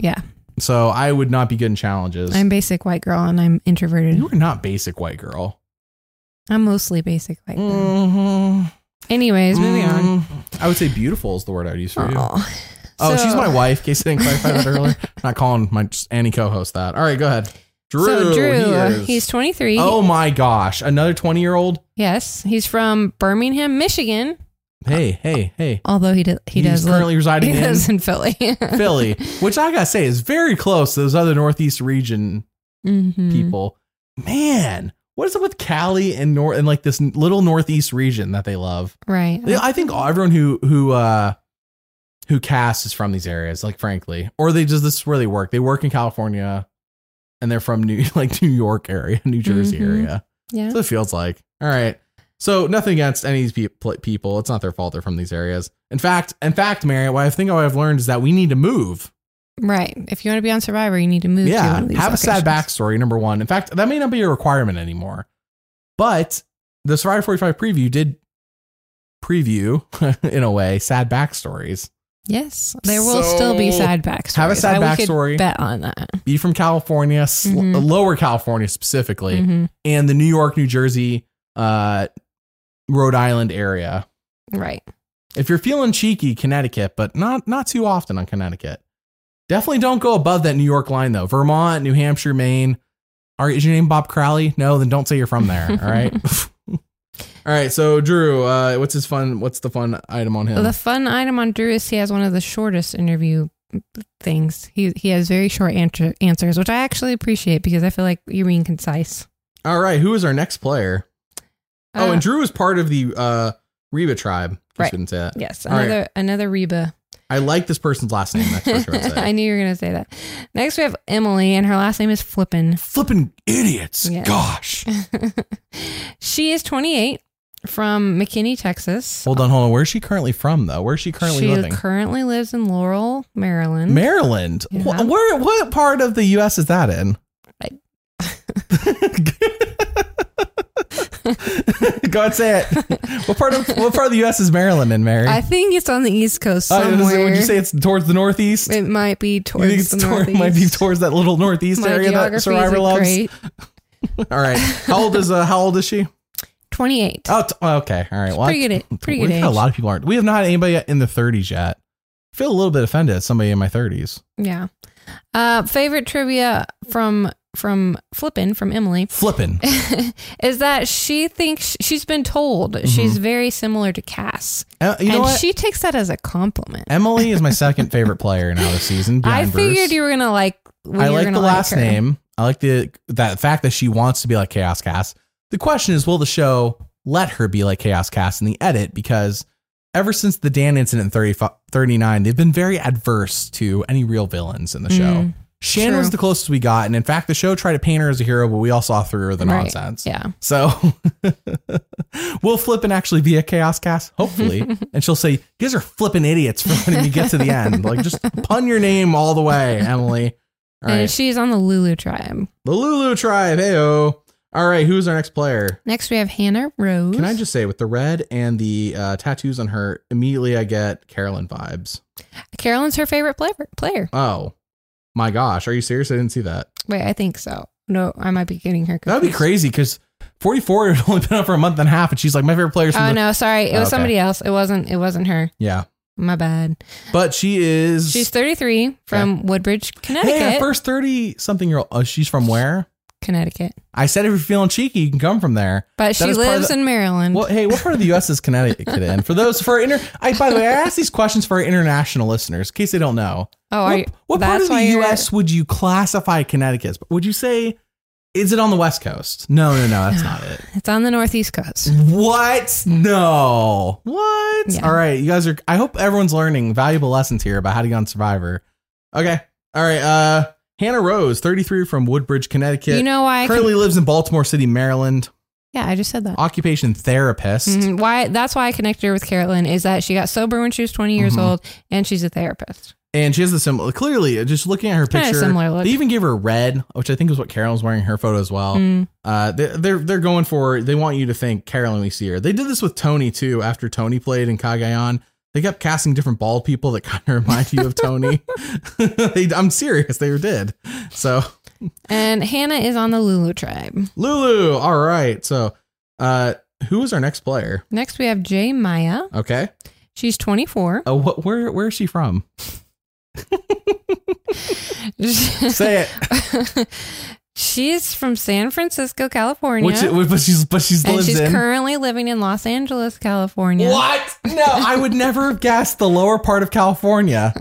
B: Yeah.
A: So I would not be good in challenges.
B: I'm basic white girl and I'm introverted.
A: you are not basic white girl.
B: I'm mostly basic white girl.
A: Mm-hmm.
B: Anyways, moving on.
A: I would say beautiful is the word I would use for you.
B: Aw.
A: Mm, Oh,
B: So-
A: she's my wife. In case I didn't clarify that earlier, I'm not calling my just any co-host that. All right, go ahead. Drew.
B: so Drew, uh,
A: he is-
B: he's 23.
A: oh my gosh, another 20 year old.
B: Yes, he's from Birmingham, Michigan.
A: Hey, hey, hey.
B: Although he does, he
A: he's
B: does live,
A: currently residing
B: he
A: in
B: lives in Philly.
A: Philly, which I gotta say is very close to those other Northeast region
B: Mhm.
A: people. Man, what is up with Cali and North and like this little Northeast region that they love?
B: Right.
A: Yeah, I think everyone who who uh who casts is from these areas, like frankly, or they just this is where they work. They work in California, and they're from New like New York area, New Jersey
B: Mhm.
A: area.
B: Yeah.
A: So it feels like all right. So nothing against any of these peop- people. It's not their fault they're from these areas. In fact, in fact, Mary, what I think I've learned is that we need to move.
B: Right. If you want to be on Survivor, you need to move to
A: yeah,
B: one of these
A: have a sad
B: locations.
A: backstory. Number one. In fact, that may not be a requirement anymore. But the Survivor 45 preview did preview, in a way, sad backstories.
B: Yes. There will
A: So-
B: still be sad backstories.
A: Have a sad
B: I- we could
A: backstory.
B: Bet on that.
A: be from California, sl-
B: Mhm.
A: lower California specifically,
B: Mhm.
A: and the New York, New Jersey, uh, Rhode Island area.
B: Right.
A: If you're feeling cheeky, Connecticut, but not not too often on Connecticut. Definitely don't go above that New York line though. Vermont, New Hampshire, Maine. Are is your name Bob Crowley? No, then don't say you're from there. All right. all right. So Drew, uh, what's his fun? What's the fun item on him?
B: The fun item on Drew is he has one of the shortest interview things. He he has very short answer, answers, which I actually appreciate because I feel like you're being concise.
A: all right. Who is our next player? oh,
B: Uh,
A: and Drew is part of the uh, Reba tribe. I
B: Right.
A: shouldn't say that.
B: Ah, yes,
A: all right.
B: another another Reba.
A: I like this person's last name. That's what you're
B: I knew you were gonna say that. Next we have Emily, and her last name is Flippin.
A: Flipping idiots.
B: Yeah.
A: Gosh.
B: she is 28 from McKinney, Texas.
A: Hold on, hold on. Where's she currently from, though? Where's she currently
B: she
A: living?
B: currently lives in Laurel, Maryland.
A: Maryland.
B: Yeah.
A: Wh- Where? What part of the U.S. is that in? Go ahead, say it. What part of what part of the U.S. is Maryland in, Mary?
B: I think it's on the East Coast
A: Uh,
B: somewhere.
A: would you say it's towards the northeast?
B: it might be
A: you
B: towards
A: think it's
B: the
A: toward,
B: northeast.
A: might be towards that little northeast
B: My
A: area
B: geography
A: that
B: is
A: Survivor loves?
B: great.
A: All right. How old is uh, How old is she?
B: 28.
A: Oh, t- okay. All right. Well,
B: pretty good. a- Pretty good
A: We've
B: age.
A: got a lot of people aren't. We have not had anybody in the 30s yet. I feel a little bit offended at somebody in my 30s.
B: Yeah. Uh, favorite trivia from from Flippin from Emily
A: Flipping.
B: is that she thinks she's been told she's very similar to Cass,
A: Uh, Mm-hmm. you know
B: and
A: what?
B: she takes that as a compliment.
A: Emily is my second favorite player now this season.
B: I
A: behind Bruce.
B: figured you were gonna like. when
A: I
B: you were
A: like the
B: gonna
A: last
B: her.
A: name. I like the that fact that she wants to be like Chaos Cast. The question is, will the show let her be like Chaos Cast in the edit? Because ever since the Dan incident in 30, 39, they've been very adverse to any real villains in the show.
B: Mm,
A: Shannon was
B: true.
A: the closest we got, and in fact, the show tried to paint her as a hero, but we all saw through her the
B: Right.
A: nonsense.
B: Yeah,
A: So we'll flip and actually be a chaos cast, hopefully. and she'll say, You guys are flipping idiots for when you get to the end. Like just pun your name all the way, Emily. All
B: and
A: right.
B: she's on the Lulu tribe.
A: The Lulu tribe. Hey oh. All right, who's our next player?
B: Next, we have Hannah Rose.
A: Can I just say with the red and the uh, tattoos on her, immediately I get Carolyn vibes.
B: Carolyn's her favorite player. Player.
A: Oh my gosh, are you serious? I didn't see that.
B: Wait, I think so. No, I might be getting her.
A: That would be
B: confused.
A: crazy because 44 had only been up for a month and a half, and she's like, My favorite player's from
B: Oh
A: the
B: no, sorry, it
A: Oh,
B: was
A: okay.
B: somebody else. It wasn't. It wasn't her.
A: Yeah.
B: My bad.
A: But she is
B: She's 33 from Woodbridge, Connecticut.
A: Hey, our first 30 something year old. Uh, she's from where?
B: Connecticut.
A: I said if you're feeling cheeky, you can come from there.
B: But she
A: is part of
B: lives
A: the-
B: in Maryland.
A: Well, hey, what part of the U.S. is Connecticut in? For those for our inter, I by the way, I ask these questions for our international listeners in case they don't know.
B: oh, are you,
A: What, what part
B: that's
A: of the
B: why you're-
A: U.S. would you classify Connecticut? as? Would you say is it on the West Coast? No, no, no, that's not it.
B: it's on the Northeast Coast.
A: What? No. What?
B: Yeah.
A: All right, you guys are. I hope everyone's learning valuable lessons here about how to get on Survivor. Okay. All right. Uh, Hannah Rose, 33, from Woodbridge, Connecticut.
B: You know why? I
A: currently lives in Baltimore City, Maryland.
B: con- yeah, I just said that.
A: Occupation therapist.
B: Mhm. Why? That's why I connected her with Carolyn is that she got sober when she was 20 years
A: Mhm.
B: old, and she's a therapist.
A: And she has the similar, clearly, just looking at her
B: kinda
A: picture,
B: similar look.
A: they even gave her red, which I think is what Carolyn's wearing in her photo as well.
B: Mm.
A: Uh, they, they're they're going for they want you to think Carolyn we see her. They did this with Tony too. After Tony played in Kagayan, they kept casting different bald people that kind of remind you of Tony. they, I'm serious, they did. So
B: And Hannah is on the Lulu tribe.
A: Lulu, all right. So uh, who is our next player?
B: Next, we have Jay Maya.
A: Okay,
B: She's 24.
A: uh, what where where is she from? Say it.
B: she's from San Francisco, California.
A: Which, but she's but she's
B: and
A: lives
B: she's
A: in.
B: currently living in Los Angeles, California.
A: What? No, I would never have guessed the lower part of California.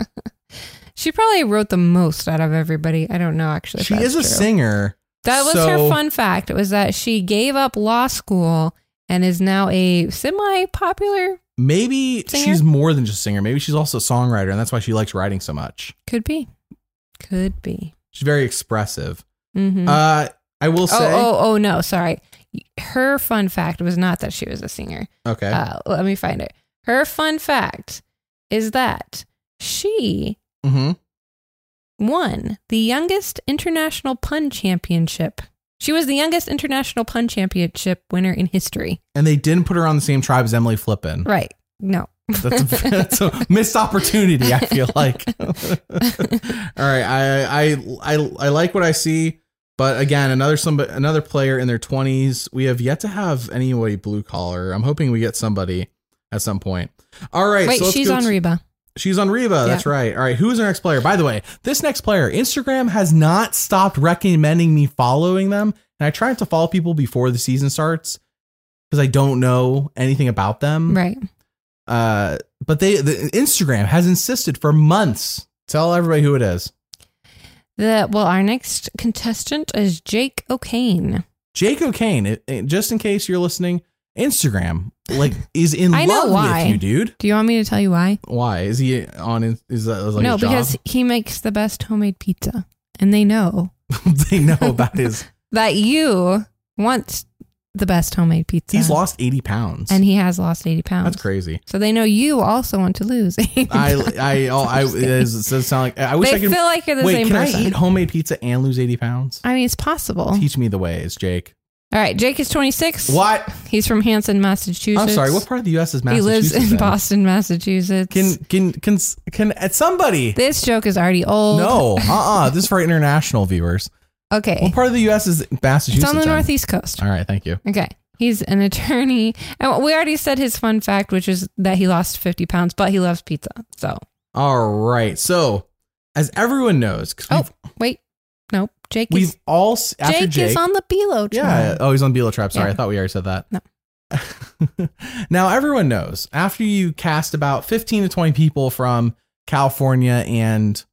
B: She probably wrote the most out of everybody. I don't know actually. if
A: she
B: that's
A: is a
B: true.
A: singer.
B: That was
A: so-
B: her fun fact. It was that she gave up law school and is now a semi-popular.
A: Maybe
B: Singer?
A: she's more than just a singer. Maybe she's also a songwriter, and that's why she likes writing so much.
B: Could be, could be.
A: She's very expressive.
B: Mm-hmm.
A: Uh, I will
B: oh,
A: say,
B: oh, oh no! Sorry. Her fun fact was not that she was a singer.
A: okay,
B: Uh, let me find it. Her fun fact is that she
A: hmm
B: won the youngest international pun championship. She was the youngest international pun championship winner in history.
A: and they didn't put her on the same tribe as Emily Flippin.
B: Right. No.
A: That's, a, that's a missed opportunity. I feel like. All right, I, I I I like what I see, but again, another some another player in their twenties. We have yet to have anybody blue collar. I'm hoping we get somebody at some point. All right,
B: Wait,
A: so let's
B: she's
A: go
B: on
A: to-
B: Reba.
A: She's on Reba. That's right. All right. Who is our next player? By the way, this next player, Instagram has not stopped recommending me following them. And I try not to follow people before the season starts because I don't know anything about them.
B: Right.
A: Uh, but they, the Instagram has insisted for months. Tell everybody who it is.
B: The well, our next contestant is Jake O'Kane.
A: Jake O'Kane. It- it- just in case you're listening, Instagram like is in
B: I know
A: love
B: why.
A: with you, dude.
B: Do you want me to tell you why?
A: Why is he on? in- Is that like
B: no,
A: his job?
B: because he makes the best homemade pizza, and they know
A: they know about his.
B: that you want the best homemade pizza.
A: He's lost eighty pounds.
B: and he has lost eighty pounds.
A: that's crazy.
B: So they know you also want to lose.
A: I I oh, I it is- it does sound like I wish
B: they
A: I could.
B: feel like you're the
A: wait,
B: same
A: can
B: person. Oh.
A: I eat homemade pizza and lose eighty pounds?
B: I mean, it's possible.
A: Teach me the ways, Jake.
B: All right, Jake is 26.
A: What?
B: He's from Hanson, Massachusetts.
A: I'm sorry. What part of the U.S. is
B: He
A: Massachusetts?
B: lives in
A: then?
B: Boston, Massachusetts.
A: Can can can s- can at somebody?
B: this joke is already old.
A: No, uh, uh This is for international viewers.
B: Okay.
A: What part of the U.S. is
B: It's
A: Massachusetts?
B: on the
A: then?
B: Northeast Coast.
A: All right, thank you.
B: Okay. He's an attorney. And we already said his fun fact, which is that he lost 50 pounds, but he loves pizza. So,
A: All right. So, as everyone knows, 'cause
B: oh, wait. Nope. Jake,
A: we've,
B: is,
A: we've all s- after
B: Jake, is on the Below
A: Yeah.
B: tribe.
A: Oh, he's on Beelo Trap. Sorry,
B: Yeah.
A: I thought we already said that.
B: No.
A: now everyone knows after you cast about fifteen to twenty people from California and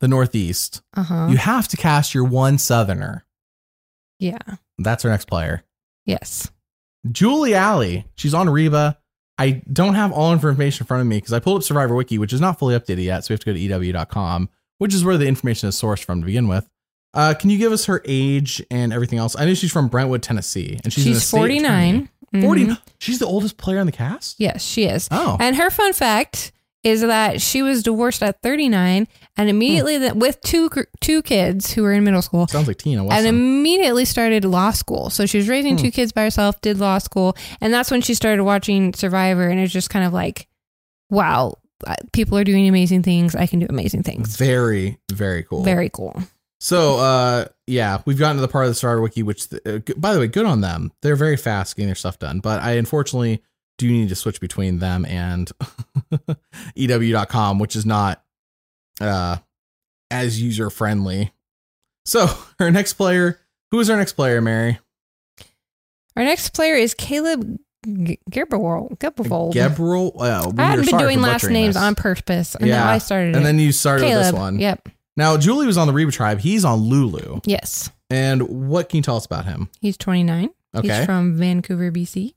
A: the Northeast,
B: Uh huh.
A: you have to cast your one Southerner.
B: Yeah.
A: That's our next player,
B: Yes.
A: Julie Alley. She's on Reba. I don't have all information in front of me because I pulled up Survivor Wiki, which is not fully updated yet. So we have to E go to EW.com, which is where the information is sourced from to begin with. Uh, can you give us her age and everything else? I know she's from Brentwood, Tennessee, and she's,
B: She's,
A: an estate attorney.
B: 49.
A: 40
B: Mhm.
A: She's the oldest player on the cast?
B: Yes, she is.
A: Oh.
B: And her fun fact is that she was divorced at 39 and
A: Hmm.
B: immediately that with two gr- two kids who were in middle school
A: Sounds like Tina
B: and
A: Wesson.
B: immediately started law school. So she was raising
A: Hmm.
B: two kids by herself, did law school, and that's when she started watching Survivor and it was just kind of like wow, uh, people are doing amazing things. I can do amazing things.
A: very, very cool.
B: Very cool.
A: So, uh, yeah, we've gotten to the part of the Star Wiki, which, uh, g- by the way, good on them. They're very fast getting their stuff done. But I unfortunately do need to switch between them and E EW.com, which is not uh, as user friendly. So, our next player, who is our next player, Mary?
B: Our next player is Caleb G- Gerberwold. Gerberwold.
A: Gebrel. Uh, we
B: I
A: are
B: hadn't been
A: sorry
B: doing
A: for
B: last
A: butchering
B: names
A: this.
B: on purpose. And
A: Yeah.
B: now I started
A: And
B: it.
A: then you started
B: Caleb.
A: with this one.
B: Yep.
A: Now, Julie was on the Reba tribe. He's on Lulu.
B: Yes.
A: And what can you tell us about him?
B: He's 29.
A: Okay.
B: He's from Vancouver, BC.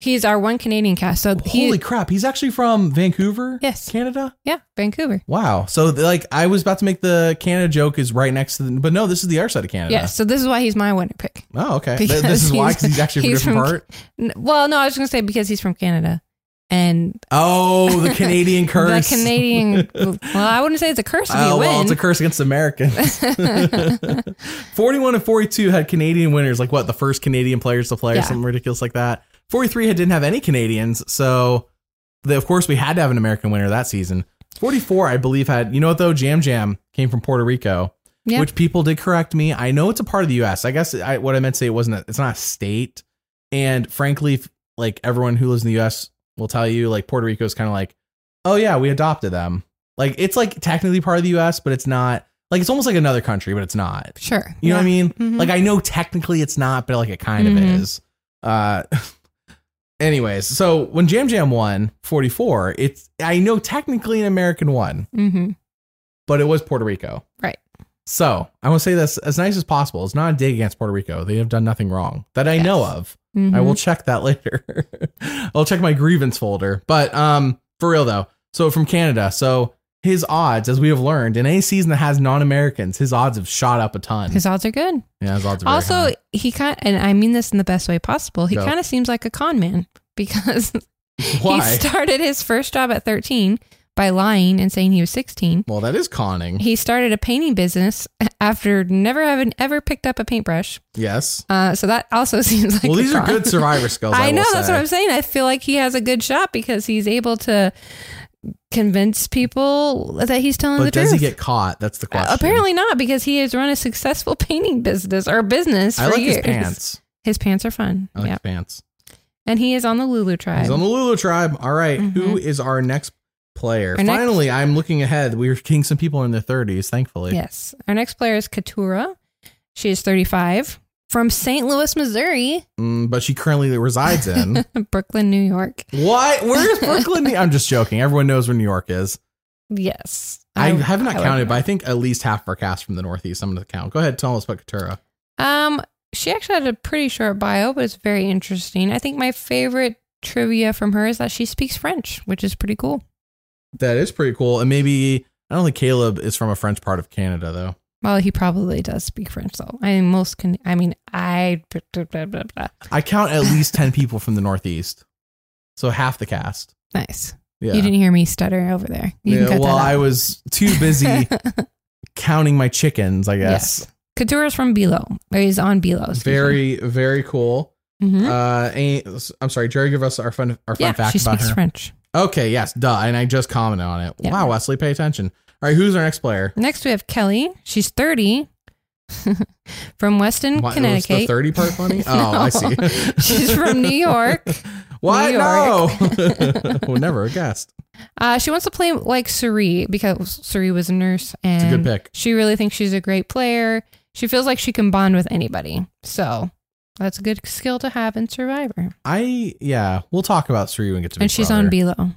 B: He's our one Canadian cast. So he,
A: Holy crap, he's actually from Vancouver,
B: Yes.
A: Canada.
B: yeah, Vancouver.
A: Wow. So like I was about to make the Canada joke is right next to the, but no, this is the other side of Canada.
B: Yeah. So this is why he's my winner pick.
A: Oh, okay. Th-
B: Because
A: this is why
B: he's-
A: because he's actually from a
B: he's
A: different
B: from-
A: part.
B: N- Well, no, I was going to say because he's from Canada. And
A: Oh, the Canadian curse.
B: the Canadian, well, I wouldn't say it's a curse if you
A: Oh,
B: win.
A: well, it's a curse against Americans. 41 and 42 had Canadian winners, like what, the first Canadian players to play or
B: Yeah.
A: something ridiculous like that. 43 had, didn't have any Canadians. So, the, of course, we had to have an American winner that season. 44, I believe, had, you know what, though? Jam Jam came from Puerto Rico,
B: Yeah.
A: which people did correct me. I know it's a part of the U.S. I guess I, what I meant to say, it wasn't, a, it's not a state. And frankly, f- like everyone who lives in the U.S. will tell you, like Puerto Rico is kind of like, oh, yeah, we adopted them. Like it's like technically part of the U.S., but it's not. Like it's almost like another country, but it's not.
B: sure.
A: You know what I mean?
B: Mhm.
A: Like I know technically it's not, but like it kind
B: Mhm.
A: of is. Uh, anyways, so when Jam Jam won 44, it's I know technically an American won,
B: I mean? Mm-hmm.
A: but it was Puerto Rico.
B: Right.
A: So I want to say this as nice as possible. It's not a dig against Puerto Rico. They have done nothing wrong that I know
B: Yes.
A: of. I
B: Mm-hmm.
A: will check that later. I'll check my grievance folder. But um, for real though, so from Canada, so his odds, as we have learned, in any season that has non-Americans, his odds have shot up a ton.
B: Mm-hmm. His odds are good.
A: yeah, his odds. Are very
B: Also,
A: high.
B: he kind and I mean this in the best way possible. He
A: Go.
B: kind of seems like a con man because he
A: why?
B: started his first job at 13 by lying and saying he was 16.
A: well, that is conning.
B: He started a painting business after never having ever picked up a paintbrush.
A: yes.
B: Uh, so that also seems like
A: Well,
B: a
A: these are
B: con.
A: good survivor skills. I,
B: I know
A: will
B: that's
A: say.
B: what I'm saying. I feel like he has a good shot because he's able to convince people that he's telling the
A: But does
B: truth.
A: he get caught? That's the question.
B: Uh, Apparently not, because he has run a successful painting business or business for
A: I like
B: years.
A: his pants.
B: His pants are fun.
A: I like
B: yeah.
A: his pants.
B: And he is on the Lulu
A: Oh,
B: tribe. Mm-hmm.
A: He's on the Lulu tribe. All right, who is our next player?
B: Our next-
A: Finally, I'm looking ahead. We're seeing some people in their 30s, thankfully.
B: yes. Our next player is Katura. She is 35 from St. Louis, Missouri,
A: Mm, but she currently resides in.
B: Brooklyn, New York.
A: What? Where is Brooklyn? New- I'm just joking. Everyone knows where New York is.
B: Yes.
A: I, have not
B: I would-
A: counted, but I think at least half of our cast from the Northeast. I'm going to count. Go ahead, tell us about Katura.
B: Um, she actually had a pretty short bio, but it's very interesting. I think my favorite trivia from her is that she speaks French, which is pretty cool.
A: That is pretty cool. And maybe I don't think Caleb is from a French part of Canada though.
B: Well, he probably does speak French, though. I mean, most can. I mean, I.
A: I count at least ten people from the Northeast, so half the cast.
B: Nice.
A: Yeah.
B: You didn't hear me stutter over there. You
A: yeah
B: can cut
A: well, I
B: that out.
A: was too busy counting my chickens. I guess.
B: Couture's from Below. Or he's on Below. excuse me.
A: Very, very cool.
B: Mhm.
A: Uh, and- I'm sorry, Jerry. Give us our fun, our fun
B: yeah,
A: fact
B: she
A: about
B: speaks
A: her.
B: French.
A: Okay, yes, duh. And I just commented on it.
B: Yeah.
A: Wow, Wesley, pay attention. All right, who's our next player?
B: Next, we have Kelly. She's 30 from Weston,
A: Why- it was
B: Connecticut.
A: The thirty part funny. Oh,
B: No.
A: I see.
B: She's from New York.
A: Why
B: New
A: no? well, never a guest.
B: Uh, she wants to play like Suri because Suri was a nurse and
A: good pick.
B: she really thinks she's a great player. She feels like she can bond with anybody. So that's a good skill to have in Survivor.
A: I yeah. We'll talk about Suri when we get to.
B: and
A: Big
B: she's
A: Brother.
B: on Below.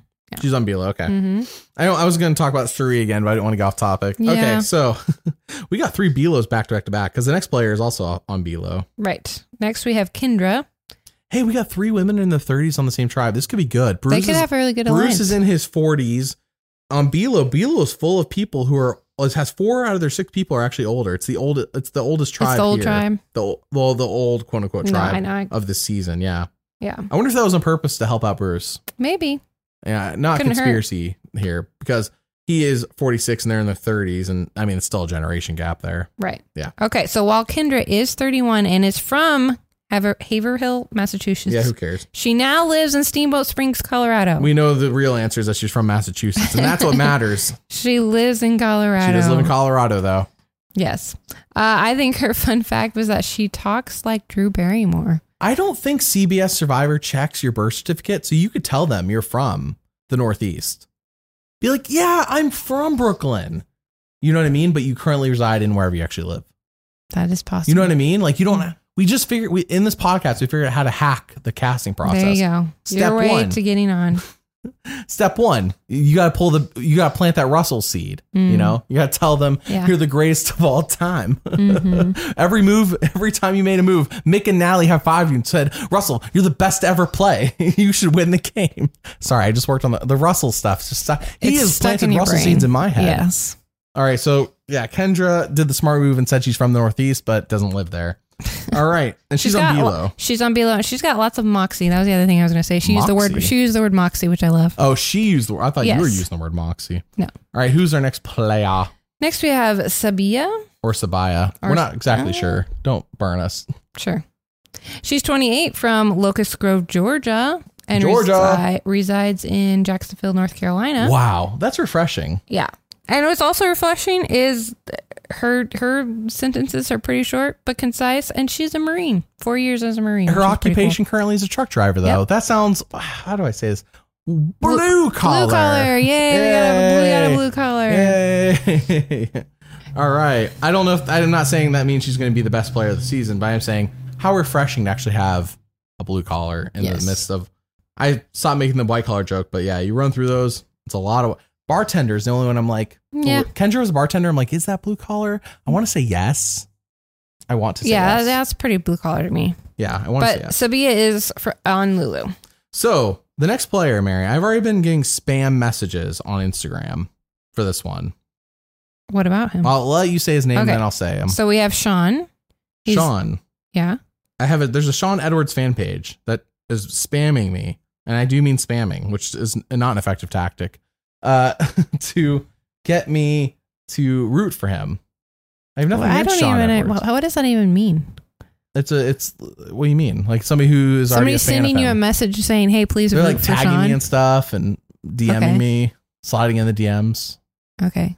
A: She's on Bilo. Okay.
B: hmm
A: I don't, I was going to talk about Suri again, but I didn't want to go off topic.
B: Yeah.
A: Okay, so we got three Belos back to back to back because the next player is also on Bilo.
B: Right. Next, we have Kendra.
A: Hey, we got three women in the 30s on the same tribe. This could be good. Bruce
B: they could
A: is-
B: have a really good
A: Bruce
B: alliance.
A: is in his 40s. On Bilo, Bilo is full of people who are has four out of their six people are actually older. It's the old it's the oldest tribe.
B: it's the old
A: here.
B: tribe.
A: The well, the old quote unquote
B: No, I
A: tribe
B: know. I-
A: of the season. Yeah,
B: Yeah.
A: I wonder if that was on purpose to help out Bruce.
B: Maybe.
A: Yeah, not
B: Couldn't hurt.
A: conspiracy here because he is 46 and they're in their 30s, and I mean it's still a generation gap there.
B: Right.
A: Yeah.
B: Okay. So while Kendra is 31 and is from Haver- Haverhill, Massachusetts,
A: Yeah, who cares?
B: she now lives in Steamboat Springs, Colorado.
A: We know the real answer is that she's from Massachusetts, and that's what matters.
B: she lives in Colorado.
A: She does live in Colorado, though.
B: Yes. Uh, I think her fun fact was that she talks like Drew Barrymore.
A: I don't think CBS Survivor checks your birth certificate, so you could tell them you're from the Northeast. Be like, yeah, I'm from Brooklyn. You know what I mean? But you currently reside in wherever you actually live.
B: That is possible.
A: You know what I mean? Like you don't. We just figured we in this podcast we figured out how to hack the casting process.
B: There you go.
A: Step
B: Your way
A: one.
B: to getting on.
A: Step one, you gotta pull the you gotta plant that Russell seed. You know, you gotta tell them
B: Mm. Yeah.
A: you're the greatest of all time.
B: Mhm.
A: every move, every time you made a move, Mick and Nally high five you and said, Russell, you're the best to ever play. you should win the game. Sorry, I just worked on the, the Russell stuff. It's Just stuck. He
B: It's
A: has
B: stuck in
A: planted
B: your
A: Russell
B: brain.
A: seeds in my head.
B: Yes.
A: All right, so yeah, Kendra did the smart move and said she's from the Northeast, but doesn't live there. All right, and she's, on
B: got,
A: Belo.
B: She's on Belo. She's got lots of moxie. That was the other thing I was going to say. She used the word.
A: Moxie?
B: She used the word moxie, which I love.
A: Oh, she used the word. I thought you were
B: Yes.
A: using the word moxie.
B: No.
A: All right, who's our next player
B: Next, we have Sabia.
A: or Sabaya?
B: Or-
A: we're not exactly
B: uh,
A: sure. Don't burn us.
B: Sure. She's 28 from Locust Grove, Georgia, and
A: Georgia.
B: resi- resides in Jacksonville, North Carolina.
A: Wow, that's refreshing.
B: Yeah. And what's also refreshing is th- her her sentences are pretty short but concise, and she's a Marine. Four years as a Marine.
A: Her
B: which is pretty cool.
A: occupation currently is a truck driver, though. That sounds. How do I say this? Blue collar.
B: Blue collar. Yay. We got a blue, we got a
A: Yay.
B: blue collar.
A: Yay. All right. I don't know if I'm not saying that means she's going to be the best player of the season, but I'm saying how refreshing to actually have a blue collar in
B: Yes.
A: the midst of. I stopped making the white collar joke, but yeah, you run through those. It's a lot of bartenders. The only one I'm like,
B: Yeah.
A: Kendra was a bartender. I'm like, is that blue collar? I want to say yes. I want to say
B: Yeah,
A: yes.
B: that's pretty blue collar to me.
A: yeah, I want to
B: But
A: say yes.
B: Sabia is fr on Lulu.
A: So the next player, Mary, I've already been getting spam messages on Instagram for this one.
B: What about him?
A: I'll let you say his name,
B: Mm-hmm. Okay.
A: then I'll say him.
B: so we have Sean. He's-
A: Sean.
B: Yeah.
A: I have a there's a Sean Edwards fan page that is spamming me, and I do mean spamming, which is not an effective tactic, uh, to get me to root for him. I have nothing
B: Well, I
A: against
B: don't
A: Sean
B: even.
A: Edwards.
B: what does that even mean?
A: it's a it's what do you mean? Like somebody who is already a
B: Somebody's
A: fan
B: sending
A: of
B: you a
A: him.
B: message saying, "Hey, please
A: They're
B: root
A: like
B: for
A: tagging
B: Sean."
A: me and stuff and DMing
B: Okay.
A: me, sliding in the DMs.
B: okay.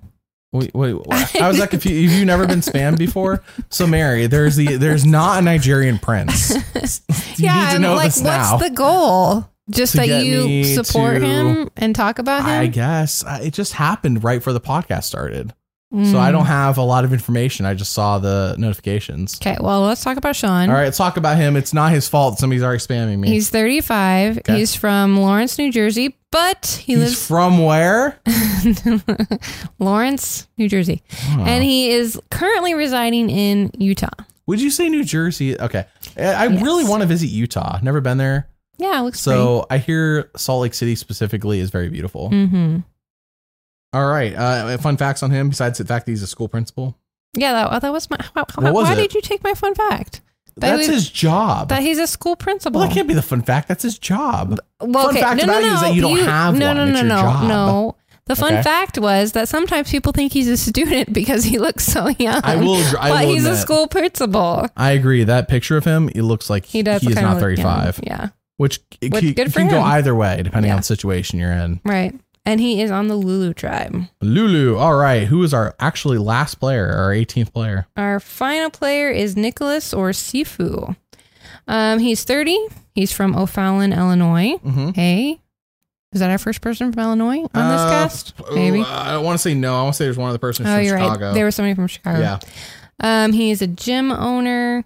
A: Wait, wait, wait. I was that confused. Have you never been spammed before? So Mary, there's the there's not a Nigerian prince. You
B: yeah,
A: need to
B: I'm
A: know
B: like,
A: this
B: what's
A: now.
B: the goal? Just
A: To
B: that
A: get
B: you
A: me
B: support
A: to-
B: him and talk about
A: I
B: him.
A: guess I- it just happened right before the podcast started, so
B: Mm.
A: I don't have a lot of information. I just saw the notifications.
B: Okay, well, let's talk about Sean.
A: All right, let's talk about him. It's not his fault. Somebody's already spamming me.
B: He's 35.
A: Okay.
B: He's from Lawrence, New Jersey, but he
A: He's
B: lives
A: from where?
B: Lawrence, New Jersey,
A: Huh.
B: and he is currently residing in Utah.
A: Would you say New Jersey? Okay, I I
B: Yes.
A: really want to visit Utah. Never been there,
B: Yeah, it looks
A: so I hear Salt Lake City specifically is very beautiful.
B: pretty. hmm
A: All right, uh, fun facts on him besides the fact that he's a school principal.
B: Yeah, that, that was my. How,
A: What was
B: why
A: it?
B: did you take my fun fact? That
A: That's
B: we-
A: his job.
B: That he's a school principal.
A: well, that can't be the fun fact. That's his job.
B: Well,
A: Fun fact about you is that you don't have
B: no,
A: one.
B: No, no,
A: It's your
B: no,
A: job.
B: no. The fun
A: Okay.
B: fact was that sometimes people think he's a student because he looks so young.
A: I will. I
B: but
A: will
B: he's
A: admit,
B: a school principal.
A: I agree. That picture of him, it looks like
B: He does.
A: He is
B: kinda
A: not
B: look young.
A: 35,
B: Yeah,
A: which it
B: Which-
A: can,
B: good
A: it
B: for
A: can go
B: him.
A: either way depending
B: Yeah.
A: on the situation you're in.
B: right. And he is on the Lulu tribe.
A: Lulu. All right, who is our actually last player? Our 18th player.
B: Our final player is Nicholas or Sifu. Um, he's 30. He's from O'Fallon, Illinois.
A: Mm-hmm.
B: Hey, is that our first person from Illinois on
A: Uh,
B: this cast? Maybe.
A: I don't want to say no. I want to say there's one other person
B: Oh,
A: from
B: you're
A: Chicago.
B: right. There was somebody from Chicago.
A: yeah,
B: Um, he is a gym owner.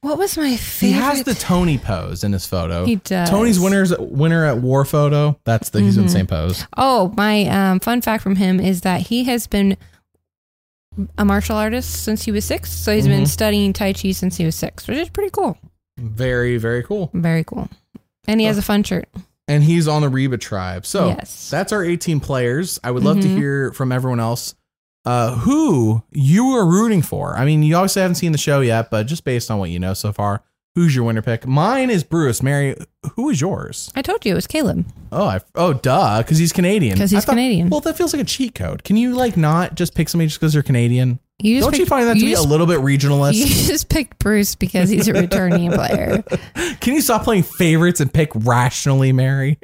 B: What was my favorite?
A: he has the Tony pose in his photo.
B: He does.
A: Tony's winners winner at war photo. That's the he's in the
B: Mhm.
A: same pose.
B: Oh, my um, fun fact from him is that he has been a martial artist since he was six. So he's been
A: Mhm.
B: studying Tai Chi since he was six, which is pretty cool.
A: Very very cool.
B: Very cool. And he has a fun shirt.
A: And he's on the Reba tribe. So
B: yes.
A: That's our 18 players. I would love
B: Mhm.
A: to hear from everyone else uh, who you are rooting for. I mean, you obviously haven't seen the show yet, but just based on what you know so far, who's your winner pick? Mine is Bruce. Mary, who is yours?
B: I told you it was Caleb
A: Oh, I, oh, duh, because he's Canadian.
B: because
A: I
B: he's
A: thought-
B: Canadian.
A: Well, that feels like a cheat code. Can you like not just pick somebody just because they're Canadian?
B: you
A: Don't you
B: picked-
A: find that to be a
B: just-
A: little bit regionalist?
B: You just picked Bruce because he's a returning player.
A: Can you stop playing favorites and pick rationally, Mary?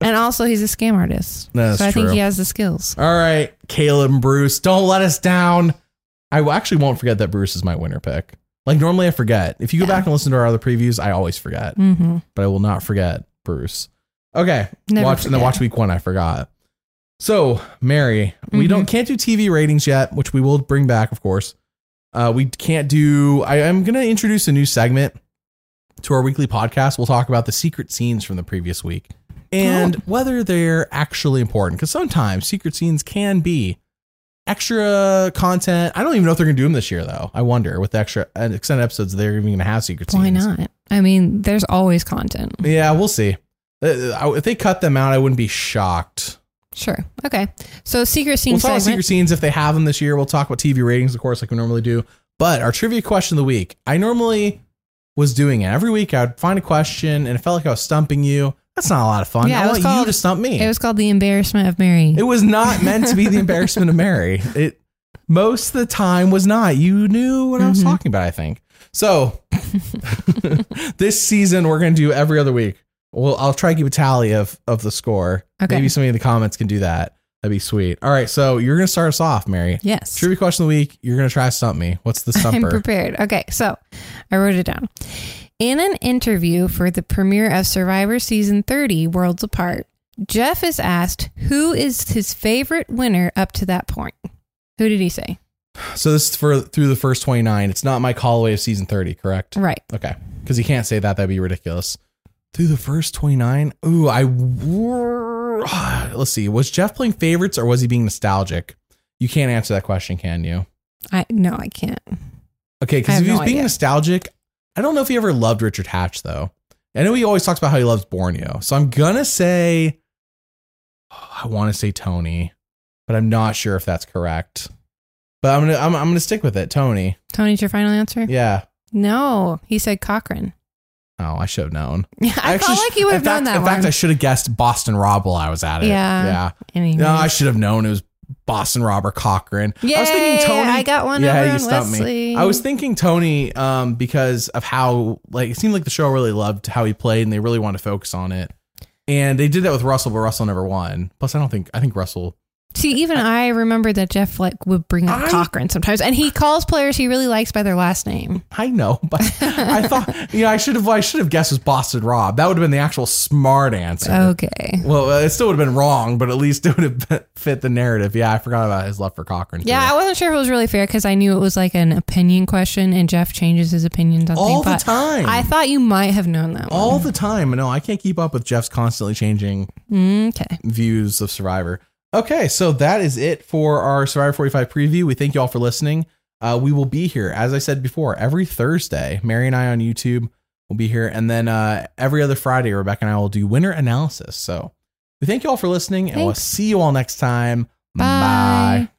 B: And also, he's a scam artist.
A: That's
B: so I think
A: true.
B: he has the skills.
A: All right, Caleb and Bruce, don't let us down. I w- actually won't forget that Bruce is my winner pick. Like normally I forget. If you go
B: Yeah.
A: back and listen to our other previews, I always forget,
B: Mm-hmm.
A: but I will not forget Bruce. Okay,
B: Never
A: watch and then
B: forget.
A: watch week one. I forgot. So Mary, we
B: Mhm.
A: don't can't do TV ratings yet, which we will bring back, of course. Uh, we can't do. I, I'm going to introduce a new segment to our weekly podcast. We'll talk about the secret scenes from the previous week. and whether they're actually important. Because sometimes secret scenes can be extra content. I don't even know if they're going to do them this year, though. I wonder with the extra and extended episodes, they're even going to have secret
B: Why
A: scenes.
B: not? I mean, there's always content.
A: Yeah, we'll see. Uh, I- If they cut them out, I wouldn't be shocked.
B: Sure. Okay. So secret scene
A: We'll talk about
B: segment.
A: secret scenes if they have them this year. We'll talk about TV ratings, of course, like we normally do. But our trivia question of the week, I normally was doing it every week. I'd find a question, and it felt like I was stumping you. That's not a lot of fun.
B: Yeah,
A: I
B: it was
A: want you
B: called-
A: to stump me.
B: it was called the embarrassment of Mary.
A: It was not meant to be the embarrassment of Mary. It most of the time was not. You knew what I was
B: Mhm.
A: talking about, I think. So this season we're gonna do every other week. Well, I'll try to keep a tally of of the score.
B: Okay.
A: Maybe somebody in the comments can do that. That'd be sweet. All right, so you're gonna start us off, Mary.
B: yes.
A: Trivia question of the week. You're gonna try to stump me. What's the
B: I'm
A: stumper?
B: prepared. Okay, so I wrote it down. In an interview for the premiere of Survivor Season 30, Worlds Apart, Jeff is asked who is his favorite winner up to that point. Who did he say?
A: so this is for through the first 29. It's not Mike Holloway of season 30, correct?
B: Right.
A: Okay. Because you can't say that. That'd be ridiculous. Through the first 29. Ooh, I. Let's see. Was Jeff playing favorites or was he being nostalgic? You can't answer that question, can you?
B: I no, I can't.
A: Okay.
B: I
A: Because
B: have
A: if he was
B: no
A: being
B: idea.
A: nostalgic, I don't know if he ever loved Richard Hatch, though. I know he always talks about how he loves Borneo. So I'm going to say. I want to say Tony, but I'm not sure if that's correct. But I'm gonna I'm, I'm gonna stick with it, Tony.
B: Tony's your final answer?
A: Yeah.
B: No, he said Cochran.
A: Oh, I should have known.
B: I felt like he would have
A: in fact,
B: known that
A: In
B: one.
A: fact, I should have guessed Boston Rob while I was at it.
B: Yeah.
A: Yeah.
B: Anyway.
A: No, I should have known it was Boston Rob or Cochran.
B: Yay,
A: I was thinking Tony.
B: I got one
A: Yeah,
B: over
A: you
B: on
A: stumped me.
B: Wesley.
A: I was thinking Tony um, because of how like it seemed like the show really loved how he played and they really wanted to focus on it. And they did that with Russell, but Russell never won. Plus, I don't think I think Russell.
B: See, even I, remember that Jeff like would bring up
A: I-
B: Cochran sometimes, and he calls players he really likes by their last name.
A: I know, but I thought you know I should have I should have guessed it was Boston Rob. That would have been the actual smart answer.
B: Okay.
A: Well, uh, it still would have been wrong, but at least it would have been- fit the narrative. Yeah, I forgot about his love for Cochran. too.
B: Yeah, I wasn't sure if it was really fair because I knew it was like an opinion question, and Jeff changes his opinions on
A: all
B: things.
A: the
B: But
A: time.
B: I thought you might have known that.
A: all the time. No, I can't keep up with Jeff's constantly changing
B: one. Okay.
A: views of Survivor. Okay, so that is it for our Survivor 45 preview. We thank you all for listening. Uh, we will be here, as I said before, every Thursday. Mary and I on YouTube will be here. And then uh, every other Friday, Rebecca and I will do winter analysis. So we thank you all for listening, and we'll
B: Thanks.
A: see you all next time.
B: Bye.